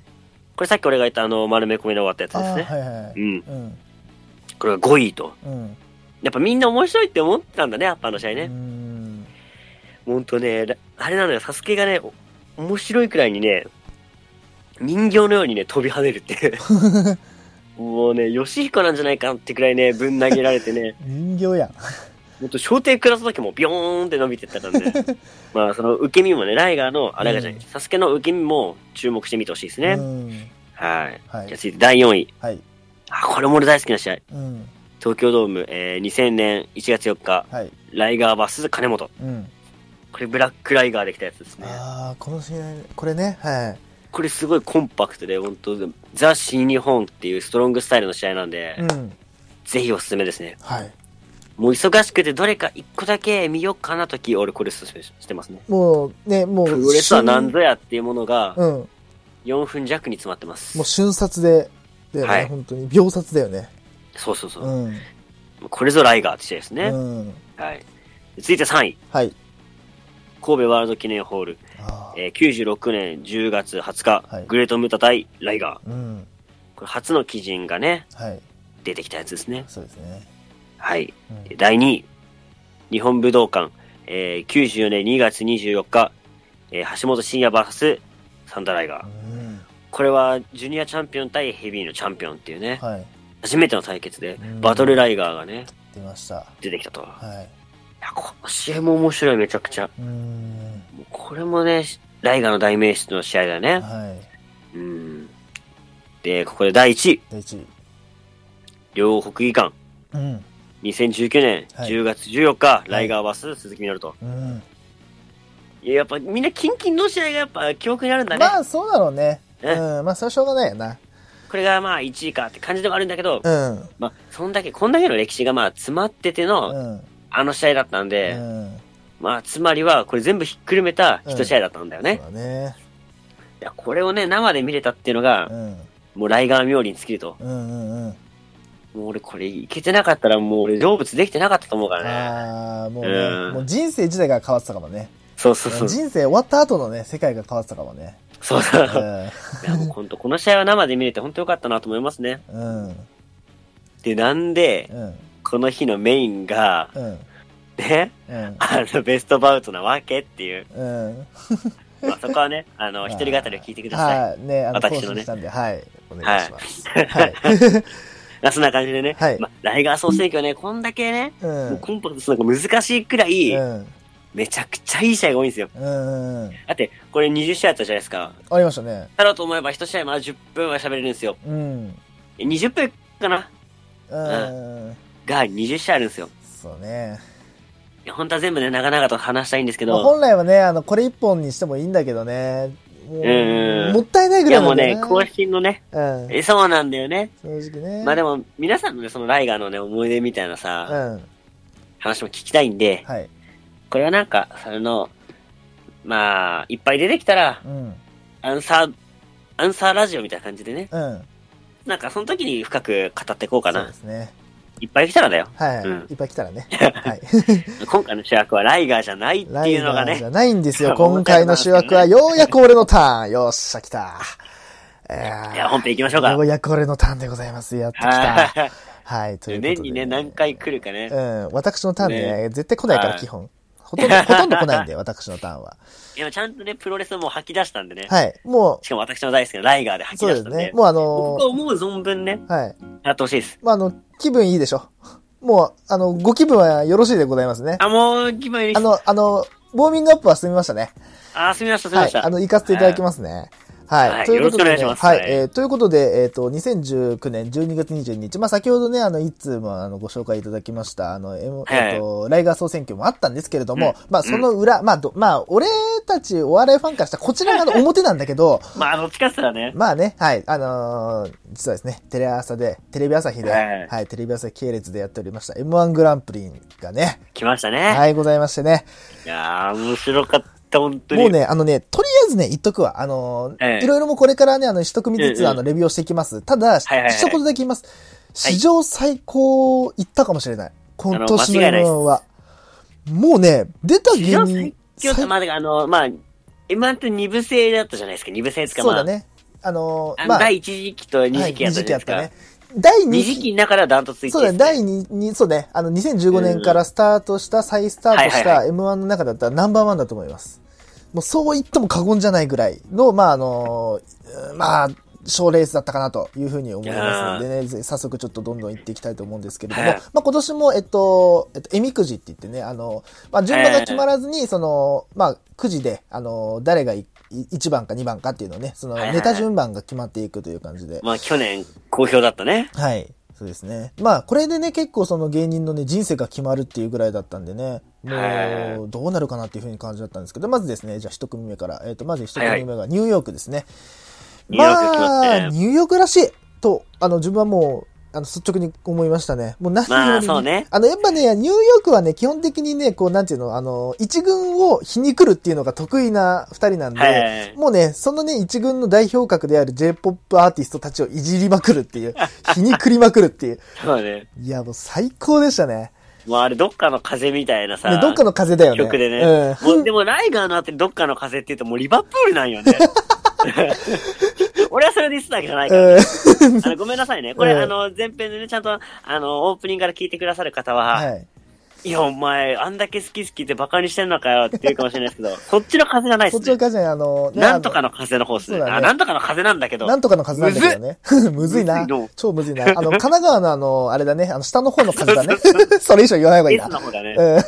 Speaker 2: これさっき俺が言った、あの、丸め込みで終わったやつ
Speaker 1: あ
Speaker 2: です
Speaker 1: ーは
Speaker 2: ね。
Speaker 1: いはいはい
Speaker 2: うん。
Speaker 1: うん
Speaker 2: これが5位と。
Speaker 1: うん
Speaker 2: やっぱみんな面白いって思ったんだね、やっぱあの試合
Speaker 1: う
Speaker 2: ね。
Speaker 1: ん
Speaker 2: ほんとね、らあれなのよ、サスケがね、お面白いくらいにね、人形のようにね、飛び跳ねるっていう。 もうね、吉彦なんじゃないかってくらいね、ぶん投げられてね、
Speaker 1: 人形やん
Speaker 2: もっと小艇クラスだけもビョーンって伸びてったか らね。まあ、その受け身もね、ライガーの、あ、ライガーじゃない、
Speaker 1: うん
Speaker 2: サスケの受け身も注目してみてほしいですね。
Speaker 1: うん
Speaker 2: はい。
Speaker 1: はい
Speaker 2: じゃあ。続いて第4位。
Speaker 1: はい。
Speaker 2: あ、これも俺大好きな試合。
Speaker 1: うん。
Speaker 2: 東京ドーム、えー、2000年1月4日、
Speaker 1: はい。
Speaker 2: ライガー VS 金本。
Speaker 1: うん。
Speaker 2: これブラックライガーできたやつですね。
Speaker 1: ああ、この試合、これね。はい。
Speaker 2: これすごいコンパクトで、本当ザ・新日本っていうストロングスタイルの試合なんで、
Speaker 1: うん。
Speaker 2: ぜひおすすめですね。
Speaker 1: はい。
Speaker 2: もう忙しくてどれか一個だけ見ようかなとき、俺これ勧めしてますね。
Speaker 1: もう、ね、もう。
Speaker 2: プロレスは何ぞやっていうものが、
Speaker 1: うん。も
Speaker 2: 4分弱に詰まってます
Speaker 1: う。瞬殺で、だよね、
Speaker 2: はい
Speaker 1: 本当に。秒殺だよね。
Speaker 2: そうそうそうう。
Speaker 1: ん。
Speaker 2: これぞライガーって試合ですね。
Speaker 1: うん。
Speaker 2: はい。続いて3位。
Speaker 1: はい。
Speaker 2: 神戸ワールド記念ホール、
Speaker 1: あ
Speaker 2: えー96年10月20日、
Speaker 1: はい
Speaker 2: グレートムータ対ライガー。
Speaker 1: あ。うん。
Speaker 2: これ初の鬼人がね、
Speaker 1: はい。
Speaker 2: 出てきたやつですね。
Speaker 1: そうですね。
Speaker 2: はい。
Speaker 1: うん
Speaker 2: 第2位、日本武道館、えー、94年2月24日、えー橋本慎也 VS サンダーライガー。
Speaker 1: うん。
Speaker 2: これはジュニアチャンピオン対ヘビーのチャンピオンっていうね、
Speaker 1: はい。
Speaker 2: 初めての対決で
Speaker 1: うん、
Speaker 2: バトルライガーがね、
Speaker 1: 出ました。
Speaker 2: 出てきたと。い
Speaker 1: はい。
Speaker 2: や、この試合も面白い、めちゃくちゃ。
Speaker 1: うーん。
Speaker 2: もうこれもね、ライガーの代名詞の試合だね。
Speaker 1: はい。
Speaker 2: うん。で、ここで第1位、
Speaker 1: 第一位。
Speaker 2: 両国技館、
Speaker 1: うん。
Speaker 2: 2019年
Speaker 1: はい
Speaker 2: 10月14日、ライガー VS 鈴木みのると。
Speaker 1: うん。
Speaker 2: いや、やっぱみんなキンキンの試合がやっぱ記憶にあるんだね。
Speaker 1: まあ、そうだろうね。
Speaker 2: ね
Speaker 1: うん。まあ、それはしょうがないよな。
Speaker 2: これがまあ1位かって感じではあるんだけど、
Speaker 1: うん。
Speaker 2: まあ、そんだけ、こんだけの歴史がまあ詰まってての、
Speaker 1: うん。
Speaker 2: あの試合だったんで、
Speaker 1: うん。
Speaker 2: まあ、つまりは、これ全部ひっくるめた一試合だったんだよ
Speaker 1: そ
Speaker 2: ね
Speaker 1: う。だね。
Speaker 2: いや、これをね、生で見れたっていうのが
Speaker 1: う、ん。
Speaker 2: もうライガー冥利に尽きると。
Speaker 1: うんうんうん。
Speaker 2: もう俺これいけてなかったら、もう俺成仏できてなかったと思うからね。
Speaker 1: ああ、もう
Speaker 2: う
Speaker 1: ね、
Speaker 2: ん
Speaker 1: もう人生自体が変わってたかもね。
Speaker 2: そうそうそう。
Speaker 1: 人生終わった後のね、世界が変わってたかもね。
Speaker 2: そうそう。
Speaker 1: う
Speaker 2: いや、もう本当この試合は生で見れて本当よかったなと思いますね。
Speaker 1: ん。うん。
Speaker 2: で、なんで、
Speaker 1: うん。
Speaker 2: この日のメインが、
Speaker 1: うん。
Speaker 2: ね、
Speaker 1: うん。
Speaker 2: あの、ベストバウトなわけっていう。
Speaker 1: うん。
Speaker 2: まあ、そこはね、あの、一人語りを聞いてください。
Speaker 1: はい。ね、あの、更
Speaker 2: 私のね
Speaker 1: 新したんで、はい。お願いします。はい。
Speaker 2: まあ、そんな感じでね、
Speaker 1: はい
Speaker 2: まあ、ライガー総選挙ね、こんだけね、
Speaker 1: う。
Speaker 2: もうんコンパクトするのが難しいくらい、
Speaker 1: うん。
Speaker 2: めちゃくちゃいい試合が多いんですよ。
Speaker 1: うんうん。
Speaker 2: だって、これ20試合あったじゃないですか。
Speaker 1: ありましたね。
Speaker 2: だろうと思えば1試合まだ10分は喋れるんですよ。
Speaker 1: うん。
Speaker 2: 20分かな
Speaker 1: うん。
Speaker 2: が20試合あるんですよ。
Speaker 1: そうね。
Speaker 2: いや本当は全部ね、長々と話したいんですけ
Speaker 1: まあ
Speaker 2: ど、
Speaker 1: 本来はね、あの、これ一本にしてもいいんだけどね。も
Speaker 2: うん
Speaker 1: うもったいないぐ
Speaker 2: い
Speaker 1: ら
Speaker 2: や
Speaker 1: い
Speaker 2: も
Speaker 1: な
Speaker 2: うん
Speaker 1: だよ
Speaker 2: ね、更新のね、
Speaker 1: うん。
Speaker 2: えそうなんだよね。
Speaker 1: 正直ね。
Speaker 2: まあでも、皆さんのね、そのライガーのね、思い出みたいな
Speaker 1: う
Speaker 2: さ、
Speaker 1: ん。
Speaker 2: 話も聞きたいんで、
Speaker 1: はい。
Speaker 2: これはなんか、その、まあ、いっぱい出てきたら
Speaker 1: う、ん。
Speaker 2: アンサー、アンサーラジオみたいな感じでね、
Speaker 1: うん。
Speaker 2: なんかその時に深く語っていこうか
Speaker 1: そう
Speaker 2: な
Speaker 1: で。すね。
Speaker 2: いっぱい来たらだよ。
Speaker 1: はいはい。
Speaker 2: うん
Speaker 1: いっぱい来たら ね。はい。
Speaker 2: 今回の主役はライガーじゃないって
Speaker 1: ラ
Speaker 2: い
Speaker 1: イ
Speaker 2: うの
Speaker 1: ガ
Speaker 2: が
Speaker 1: ー
Speaker 2: ね
Speaker 1: じ、ゃないんですよ。今回の主役は、ようやく俺のターン。よっしゃ、来た。え
Speaker 2: いや、本編行きましょう
Speaker 1: ー、よ
Speaker 2: か。
Speaker 1: うやく俺のターンでございます。やってきた。
Speaker 2: は
Speaker 1: はい、 とい
Speaker 2: い。
Speaker 1: うことで。
Speaker 2: 年にね、何回来るかね
Speaker 1: う。ん、私のターンね、絶対来ないから、
Speaker 2: はい
Speaker 1: 基本。ほ とんど、ほとんど来ないんで、私のターンは。
Speaker 2: でもちゃんとね、プロレスも吐き出したんでね。
Speaker 1: はい、も
Speaker 2: しかも私の大好きなライガーで
Speaker 1: う、
Speaker 2: 吐き
Speaker 1: そう
Speaker 2: 出
Speaker 1: です
Speaker 2: したんで
Speaker 1: ね。。もうあの
Speaker 2: 僕が思う存分ね、
Speaker 1: ーはい。
Speaker 2: やってほしいです。
Speaker 1: まあ、あの、気分いいでしょ。もう、あの、ご気分はよろしいでございますね。
Speaker 2: あ、もう、気分いいで
Speaker 1: あ
Speaker 2: す。
Speaker 1: の、あの、ウォーミングアップは済みましたね。
Speaker 2: あ、すみました、すみ
Speaker 1: は
Speaker 2: ま
Speaker 1: い
Speaker 2: し、た。
Speaker 1: あの、行かせていただきますね。はい。
Speaker 2: はい
Speaker 1: ということで、
Speaker 2: よろしくお願いします
Speaker 1: はい。
Speaker 2: はい
Speaker 1: えーということで、えっ、と、2019年12月22日、まあ、先ほどね、あの、いつも、あの、ご紹介いただきました、あの、えも
Speaker 2: はい
Speaker 1: えっ、と、ライガー総選挙もあったんですけれども、まあ、
Speaker 2: うん
Speaker 1: その裏、まあ、どまあ、俺たちお笑いファンからしたら、こちら側の表なんだけど、
Speaker 2: まあ、あの、近さはね、
Speaker 1: まあね、はい、あのー実はですね、テレ朝で、テレビ朝日で、
Speaker 2: はい
Speaker 1: はい、テレビ朝日系列でやっておりました、M1 グランプリがね、
Speaker 2: 来ましたね。
Speaker 1: はい、ございましてね、
Speaker 2: いやー、面白かった、本当に。
Speaker 1: もうね、あのね、とりあえずね、言っとくわ。あのー
Speaker 2: ええ
Speaker 1: いろいろもうこれからね、あの、一組ず
Speaker 2: ええ
Speaker 1: つ、あの、レビューをしていきます。ただ、
Speaker 2: はいはい
Speaker 1: 一言だけ言います。史上最高いったかもしれない。今年の
Speaker 2: 間違いな
Speaker 1: M1
Speaker 2: いです
Speaker 1: は。もうね、出た
Speaker 2: 史
Speaker 1: 芸
Speaker 2: 上
Speaker 1: 人
Speaker 2: 最、強って、まあ、だからあの、まあ、M1 って二部制だったじゃないですか、二部制ですか、
Speaker 1: そう
Speaker 2: ま
Speaker 1: だ
Speaker 2: あ。
Speaker 1: ね。あのー
Speaker 2: あの
Speaker 1: まあ、
Speaker 2: 第一時期と二
Speaker 1: は
Speaker 2: 時
Speaker 1: い
Speaker 2: 期やったじゃないで
Speaker 1: 二
Speaker 2: すか
Speaker 1: ね。。第2
Speaker 2: 二時期の中ではダントツ一位
Speaker 1: そうだね、
Speaker 2: です。
Speaker 1: 第2、にそうね、あの、2015年からスタートした、再スタートし
Speaker 2: はい
Speaker 1: た
Speaker 2: は
Speaker 1: M1 の中だったらナンバーワンだと思います。もうそう言っても過言じゃないぐらいの、まあ、あの、うんまあ、賞レースだったかなというふうに思いますのでね、ぜ早速ちょっとどんどん行っていきたいと思うんですけれども、
Speaker 2: はい
Speaker 1: まあ今年も、えっと、えっと、えみくじって言ってね、あの、まあ順番が決まらずに、その、まあくじで、あの、誰がい1番か2番かっていうのをね、その
Speaker 2: はいはい
Speaker 1: ネタ順番が決まっていくという感じで。
Speaker 2: まあ、去年、好評だったね。
Speaker 1: はい。そうですね。まあ、これでね、結構その芸人のね、人生が決まるっていうぐらいだったんでね、
Speaker 2: は
Speaker 1: もう、どうなるかなっていうふうに感じだったんですけど、まずですね、じゃあ一組目から、えっ、と、まず一
Speaker 2: はいは
Speaker 1: 組
Speaker 2: い
Speaker 1: 目がニューヨークですね。
Speaker 2: ニューヨーク来ましたね
Speaker 1: まあ、ニューヨークらしいと、あの、自分はもう、あの、率直に思いましたね。もう何より、
Speaker 2: まあそうね
Speaker 1: あの、やっぱね、ニューヨークはね、基本的にね、こう、なんていうの、あの、一軍を皮肉るっていうのが得意な二人なんで、
Speaker 2: はい。
Speaker 1: もうね、そのね、一軍の代表格である J-POP アーティストたちをいじりまくるって いう、皮肉りまくるっていう。
Speaker 2: そうだね。
Speaker 1: いや、もう最高でしたね。
Speaker 2: まあ、あれ、どっかの風みたいなさ、
Speaker 1: ねどっかの風だよね。
Speaker 2: 曲でね。
Speaker 1: うん。
Speaker 2: もうでも、ライガーのあたり、どっかの風って言うと、もうリバプールなんよね。俺はそれで言ってたわけじゃないから。あのごめんなさいね。これ、
Speaker 1: うん
Speaker 2: あの、前編でね、ちゃんと、あの、オープニングから聞いてくださる方は、
Speaker 1: はい。
Speaker 2: いや、お前、あんだけ好き好きってバカにしてんのかよって言うかもしれないですけど、そっちの風じゃないで
Speaker 1: そ
Speaker 2: す
Speaker 1: っちの
Speaker 2: ね。
Speaker 1: 風ね、あの、ね
Speaker 2: なんとかの風の方ですね。
Speaker 1: そうだね
Speaker 2: あ、なんとかの風なんだけ
Speaker 1: あの
Speaker 2: ど。
Speaker 1: なんとかの風なんだけどね。 むずいな
Speaker 2: むずいの。
Speaker 1: 超むずいな。あの、神奈川のあの、あれだね、あの、下の方の風だね。 それ以上言わない方がいい
Speaker 2: S
Speaker 1: な。
Speaker 2: の方だね。
Speaker 1: うん。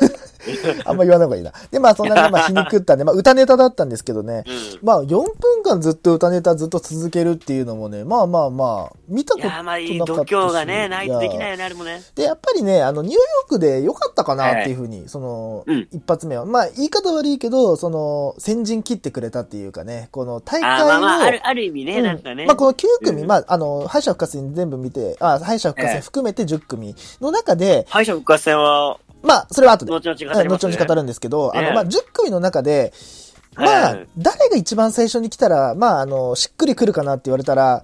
Speaker 1: あん ま言わない方がいいな。で、まあそんなね、まあ皮肉ったね、まあ歌ネタだったんですけどね。
Speaker 2: うん。
Speaker 1: まあ4分間ずっと歌ネタずっと続けるっていうのもね、まあまあまあ、見たこ
Speaker 2: い
Speaker 1: とな
Speaker 2: や、
Speaker 1: か
Speaker 2: まあ、
Speaker 1: った
Speaker 2: い
Speaker 1: し。
Speaker 2: い度胸がね、ないとできない
Speaker 1: や
Speaker 2: よね、あれもね。
Speaker 1: で、やっぱりね、あの、ニューヨークで良かったかなっていうふうに、その、
Speaker 2: うん
Speaker 1: 一発目は。まあ、言い方悪いけど、その、先陣切ってくれたっていうかね、この大会
Speaker 2: あ
Speaker 1: の、
Speaker 2: ーまあまあ、ある、ある意味ね、
Speaker 1: うん
Speaker 2: なんかね。
Speaker 1: まあ、この9組、
Speaker 2: うん
Speaker 1: まあ、あの、敗者復活戦全部見て、あ、敗者復活戦
Speaker 2: ええ
Speaker 1: 含めて10組の中で、
Speaker 2: 敗者復活戦は、
Speaker 1: まあ、それは後で、
Speaker 2: 後々語ります
Speaker 1: うん
Speaker 2: ね。
Speaker 1: 後々語るんですけど、あ
Speaker 2: え
Speaker 1: の、
Speaker 2: え
Speaker 1: まあ、10組の中で、まあ
Speaker 2: ええ、
Speaker 1: 誰が一番最初に来たら、まあ、あの、しっくりくるかなって言われたら、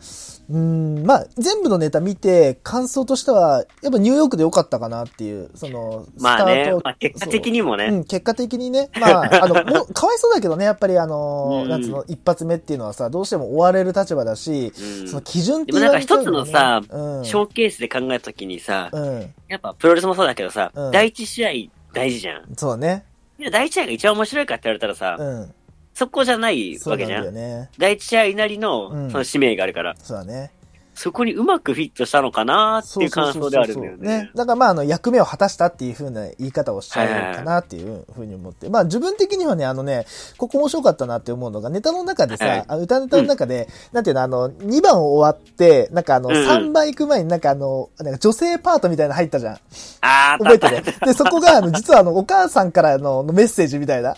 Speaker 1: うーん、まあ、全部のネタ見て、感想としては、やっぱニューヨークで良かったかなっていう、その、スタ
Speaker 2: まあ
Speaker 1: ー
Speaker 2: ね
Speaker 1: ト。、
Speaker 2: まあ結果的にも
Speaker 1: そうう
Speaker 2: ね。
Speaker 1: ん、結果的にね。まあ、あの、もう、かわいそうだけどね、やっぱりあの、
Speaker 2: うん
Speaker 1: なんつうの、一発目っていうのはさ、どうしても追われる立場だし、
Speaker 2: うん
Speaker 1: その基準って
Speaker 2: でも
Speaker 1: 言
Speaker 2: なん
Speaker 1: わ
Speaker 2: か
Speaker 1: れちゃう
Speaker 2: 一
Speaker 1: んだ
Speaker 2: つ
Speaker 1: よ
Speaker 2: の
Speaker 1: ね
Speaker 2: さ、
Speaker 1: うん、
Speaker 2: ショーケースで考えたときにさ、
Speaker 1: うん、
Speaker 2: やっぱプロレスもそうだけどさ、
Speaker 1: うん
Speaker 2: 第一試合大事じゃん。
Speaker 1: そうね。
Speaker 2: で第一試合が一番面白いかって言われたらさ、
Speaker 1: うん。
Speaker 2: そこじゃない
Speaker 1: そう
Speaker 2: わ
Speaker 1: な
Speaker 2: け
Speaker 1: ん
Speaker 2: じ
Speaker 1: だ
Speaker 2: ゃん。
Speaker 1: よね。
Speaker 2: 第一試合なりの、
Speaker 1: うん
Speaker 2: その使命があるから、
Speaker 1: そうだね。
Speaker 2: そこにうまくフィットしたのかなっていう感想ではあるんだよ
Speaker 1: そうそうそうそう
Speaker 2: ね。
Speaker 1: だからまあ、あの、役目を果たしたっていう風な言い方をしちゃうかなっていう風に思って。まあ、自分的にはね、あのね、ここ面白かったなって思うのが、ネタの中で
Speaker 2: はい
Speaker 1: さ、あ歌ネタの中で、なんていうの、あの、2番終わって、なんかあの、
Speaker 2: うんうん
Speaker 1: 3番行く前になんかあの、なんか女性パートみたいなの入った じゃん。
Speaker 2: あー
Speaker 1: 覚えてるで、そこが、あの、実はあの、お母さんからのメッセージみたいな。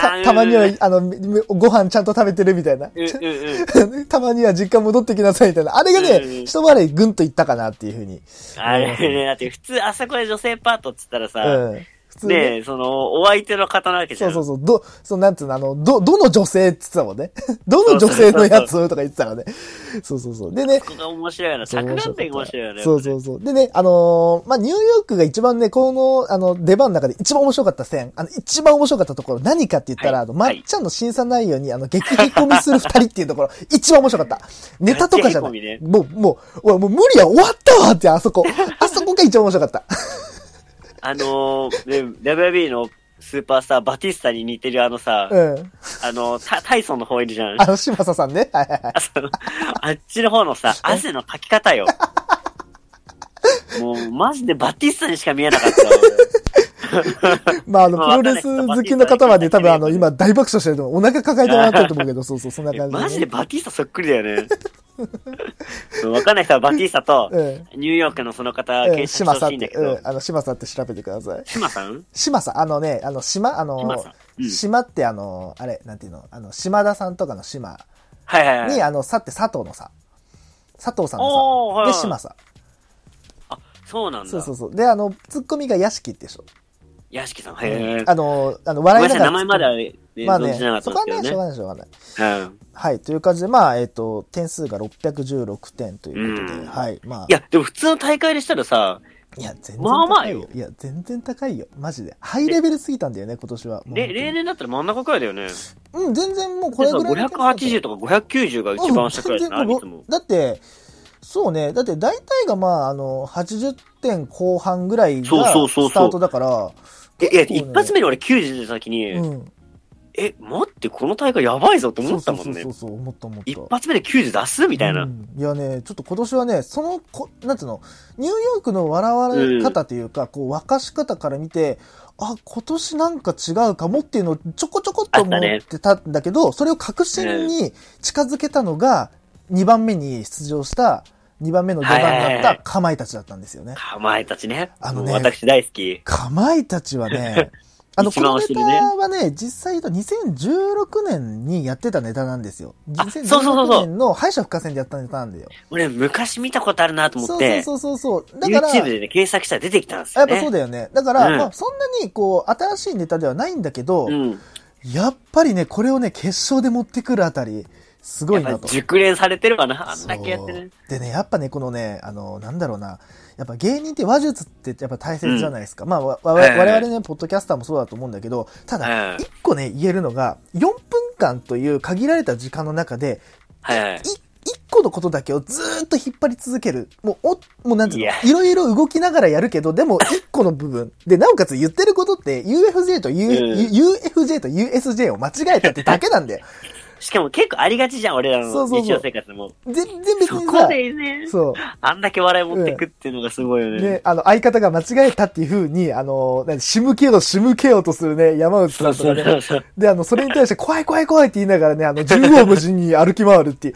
Speaker 1: た、たまには、あの、ご飯ちゃんと食べてるみたいな。
Speaker 2: うんうんう ん。
Speaker 1: たまには実家戻ってきなさいみたいな。あれが
Speaker 2: う
Speaker 1: ね、
Speaker 2: ん
Speaker 1: 一回りぐんといったかなっていうふうに。
Speaker 2: あれね、だって普通、あそこで女性パートって言ったらさ、
Speaker 1: うん。普通にね
Speaker 2: ねえ、その、お相手の方なわけじ
Speaker 1: そ
Speaker 2: ゃ。
Speaker 1: うんそうそう、ど、そうなんつうの、あの、ど、どの女性って言ってたもんね。 どの女性のやつとか言ってたからね。そうそうそう。でね、
Speaker 2: ここが面白いよな。
Speaker 1: そう
Speaker 2: 着眼点が面白いよね。
Speaker 1: そうそうそう。でね、あのーまあ、ニューヨークが一番ね、この、あの、出番の中で一番面白かった線、あの、一番面白かったところ、何かって言ったら、
Speaker 2: はい
Speaker 1: あの、ま
Speaker 2: は
Speaker 1: っ
Speaker 2: い
Speaker 1: ちゃんの審査内容に、あの、激引込みする二人っていうところ、一番面白かった。ネタとかじゃない。
Speaker 2: 激へこ
Speaker 1: もう、もう、おいもう無理や、終わったわって、あそこ。あそこが一番面白かった。
Speaker 2: あのー、ね WWE のスーパースター、バティスタに似てるあのさ、
Speaker 1: うん。
Speaker 2: あの、タタイソンの方いるじゃん。
Speaker 1: あの、柴田さんね。はいはいはい。
Speaker 2: あそのあっちの方のさ、汗のかき方よ。もう、マジでバティスタにしか見えなかったわ。
Speaker 1: まあ、あの、
Speaker 2: ま
Speaker 1: プ
Speaker 2: あ
Speaker 1: ロレス好きの方はね、多分あの、今大爆笑してると思う。お腹抱えて笑ってると思うけど、そうそう、そんな
Speaker 2: 俺
Speaker 1: 感じ、ね。
Speaker 2: マジでバティスタそっくりだよね。 そうわかんない人はバティスタと、
Speaker 1: うん。
Speaker 2: ニューヨークのその方、
Speaker 1: う
Speaker 2: 検
Speaker 1: ん、
Speaker 2: 索して
Speaker 1: 島
Speaker 2: ほ
Speaker 1: さん
Speaker 2: しい
Speaker 1: っ
Speaker 2: んだ
Speaker 1: て、
Speaker 2: け
Speaker 1: う
Speaker 2: ど
Speaker 1: ん、、あの、島さんって調べてください。
Speaker 2: 島さん
Speaker 1: 島さん、あのね、あの、島、あの
Speaker 2: 島さ、んうん
Speaker 1: 島ってあの、あれ、なんていうの、あの、島田さんとかの島
Speaker 2: はいはいはい。
Speaker 1: に、あの、さって佐藤のさ、佐藤さんの
Speaker 2: おー、
Speaker 1: さ、
Speaker 2: はい
Speaker 1: で、
Speaker 2: はい。
Speaker 1: 島さ
Speaker 2: あ、そうなん
Speaker 1: ん。
Speaker 2: だ。
Speaker 1: そうそうそう。で、あの、ツッコミが屋敷ってでしょ。
Speaker 2: 屋敷さん、へえ。
Speaker 1: あの、あの、
Speaker 2: ごめ
Speaker 1: 笑
Speaker 2: ん
Speaker 1: い
Speaker 2: な
Speaker 1: ないが
Speaker 2: さ、
Speaker 1: ら。
Speaker 2: 名前までは、ね、
Speaker 1: まあ
Speaker 2: 存じなか
Speaker 1: ね、
Speaker 2: った
Speaker 1: そ
Speaker 2: ん
Speaker 1: こは
Speaker 2: です
Speaker 1: ね、
Speaker 2: け
Speaker 1: しょう
Speaker 2: ど
Speaker 1: がない、しょうがない。
Speaker 2: ね。うん。
Speaker 1: はい、という感じで、まあ、えっ、と、点数が616点ということで、
Speaker 2: うん
Speaker 1: はい、まあ、
Speaker 2: いや、でも普通の大会でしたらさ、
Speaker 1: いや、全然高いよ。
Speaker 2: まあまあよ
Speaker 1: いや、全然高いよ。マジで。ハイレベルすぎたんだよね、今年は。もう
Speaker 2: れ例年だったら真ん中くらいだよね。
Speaker 1: うん、全然もうこれぐらいの感じ
Speaker 2: 580とか590が一番下くらいだな、
Speaker 1: うん全
Speaker 2: いつ
Speaker 1: 然も
Speaker 2: も
Speaker 1: う。だって、そうね、だって大体がまあ、あの、80点後半ぐらいが
Speaker 2: そうそうそうそう
Speaker 1: スタートだから、
Speaker 2: えい
Speaker 1: 結
Speaker 2: や、
Speaker 1: 構ね
Speaker 2: 一発目に俺90出た時に、
Speaker 1: うん。
Speaker 2: え、待って、この大会やばいぞって思ったもん
Speaker 1: そ
Speaker 2: ね
Speaker 1: うそうそう。そう、思った思った。
Speaker 2: 一発目で90出すみたいな。
Speaker 1: うんいやね、ちょっと今年はね、そのこ、なんつうの、ニューヨークの笑われ方というか、こう、沸かし方から見て、あ、今年なんか違うかもっていうのをちょこちょこっと思ってたんだけど、それを確信に近づけたのが、2番目に出場した、2番目の出番
Speaker 2: はい
Speaker 1: だ
Speaker 2: は
Speaker 1: っ
Speaker 2: いは
Speaker 1: た
Speaker 2: い
Speaker 1: かまいたちだったんですよね。
Speaker 2: かまえたちね。
Speaker 1: あのね
Speaker 2: もう私大好き。
Speaker 1: かまいたちは ね、あの、こ
Speaker 2: 一
Speaker 1: の
Speaker 2: 番お
Speaker 1: ネタ
Speaker 2: 尻ね
Speaker 1: はね、実際言うと2016年にやってたネタなんですよ。
Speaker 2: あそうそうそうそう
Speaker 1: 2016年の敗者復活戦でやったネタなんだよ。
Speaker 2: 俺、昔見たことあるなと思
Speaker 1: そ
Speaker 2: っ
Speaker 1: う
Speaker 2: て、
Speaker 1: そうそうそう。だから、
Speaker 2: YouTube でね、検索したら出てきたんです
Speaker 1: や
Speaker 2: よ
Speaker 1: っ
Speaker 2: ね。
Speaker 1: ぱそうだよね。だから、
Speaker 2: うん
Speaker 1: まあ、そんなに、こう、新しいネタではないんだけど、
Speaker 2: うん。
Speaker 1: やっぱりね、これをね、決勝で持ってくるあたり、すごい
Speaker 2: や
Speaker 1: な
Speaker 2: っぱ
Speaker 1: と。
Speaker 2: 熟練されてるわな、あんだけやって
Speaker 1: そ
Speaker 2: ね
Speaker 1: う。でね、やっぱね、このね、あの、なんだろうな、やっぱ芸人って話術ってやっぱ大切じゃないですか。まあ、わわ
Speaker 2: はいはい
Speaker 1: 我々ね、ポッドキャスターもそうだと思うんだけど、ただ、
Speaker 2: うん
Speaker 1: 一個ね、言えるのが、4分間という限られた時間の中で、
Speaker 2: はいはい。
Speaker 1: い一個彦のことだけをずーっと引っ張り続ける。もう、お、もうなんていう
Speaker 2: いや
Speaker 1: のいろいろ動きながらやるけど、でも一個の部分。で、なおかつ言ってることって、UFJ と U、
Speaker 2: うん
Speaker 1: UFJ と USJ を間違えたってだけなんだよ。
Speaker 2: しかも結構ありがちじゃん、俺ら
Speaker 1: そ
Speaker 2: の
Speaker 1: うそうそう
Speaker 2: 日常生活でも。
Speaker 1: 全然別
Speaker 2: そ
Speaker 1: に
Speaker 2: こ
Speaker 1: さ、
Speaker 2: でね、
Speaker 1: そう。
Speaker 2: あんだけ笑い持ってくっていうのがすごいよね。
Speaker 1: ね、あの、相方が間違えたっていう風に、あの、何仕向けよう、仕向けようとするね、山内さ
Speaker 2: そうん
Speaker 1: とか
Speaker 2: そう
Speaker 1: ね。
Speaker 2: そうそう。
Speaker 1: で、あの、それに対して、怖い怖い怖いって言いながらね、あの、縦横無尽に歩き回るっていう。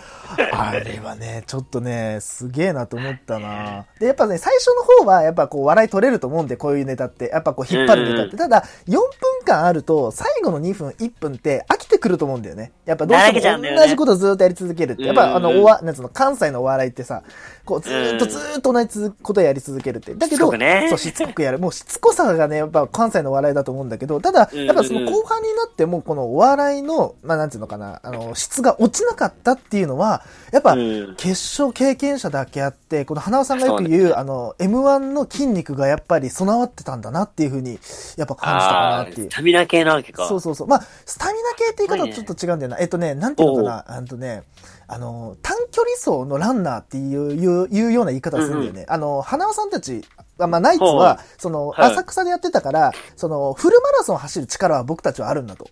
Speaker 1: あれはね、ちょっとね、すげえなと思ったなで、やっぱね、最初の方は、やっぱこう、笑い取れると思うんで、こういうネタって。やっぱこう、引っ張るネタっ
Speaker 2: うんう
Speaker 1: て。ただ、4分間あると、最後の2分、1分って飽きてくると思うんだよね。やっぱどうして
Speaker 2: だらけちゃうんだ
Speaker 1: も
Speaker 2: よね
Speaker 1: 同じことずーっとやり続けるって。やっぱ、あの、
Speaker 2: うんうん
Speaker 1: おわ、なんつうの、関西のお笑いってさ、こう、ずーっと
Speaker 2: うん
Speaker 1: ずーっと同じつことやり続けるって。だけど、
Speaker 2: しつこくね
Speaker 1: そう、しつこくやる。もうしつこさがね、やっぱ関西のお笑いだと思うんだけど、ただ、やっぱその後半になっても、このお笑いの、まあなんていうのかな、あの、質が落ちなかったっていうのは、やっぱ、
Speaker 2: うん
Speaker 1: 決勝経験者だけあって、この花尾さんがよく言う、あの、M1 の筋肉がやっぱり備わってたんだなっていうふうに、やっぱ感じたかなっ
Speaker 2: ああ
Speaker 1: てい
Speaker 2: ー、
Speaker 1: う
Speaker 2: ス。タミナ系なわけか。
Speaker 1: そうそうそう。まあ、スタミナ系って言い方はちょっと違うんだよな。えっとね、なんていうのかな。あのね、あの、短距離走のランナーっていう、いう、いうような言い方をするんだよね。あの、花輪さんたち、あまあ、ナイツ
Speaker 2: ほうほう
Speaker 1: は、その、
Speaker 2: はい
Speaker 1: 浅草でやってたから、その、フルマラソンを走る力は僕たちはあるんだと。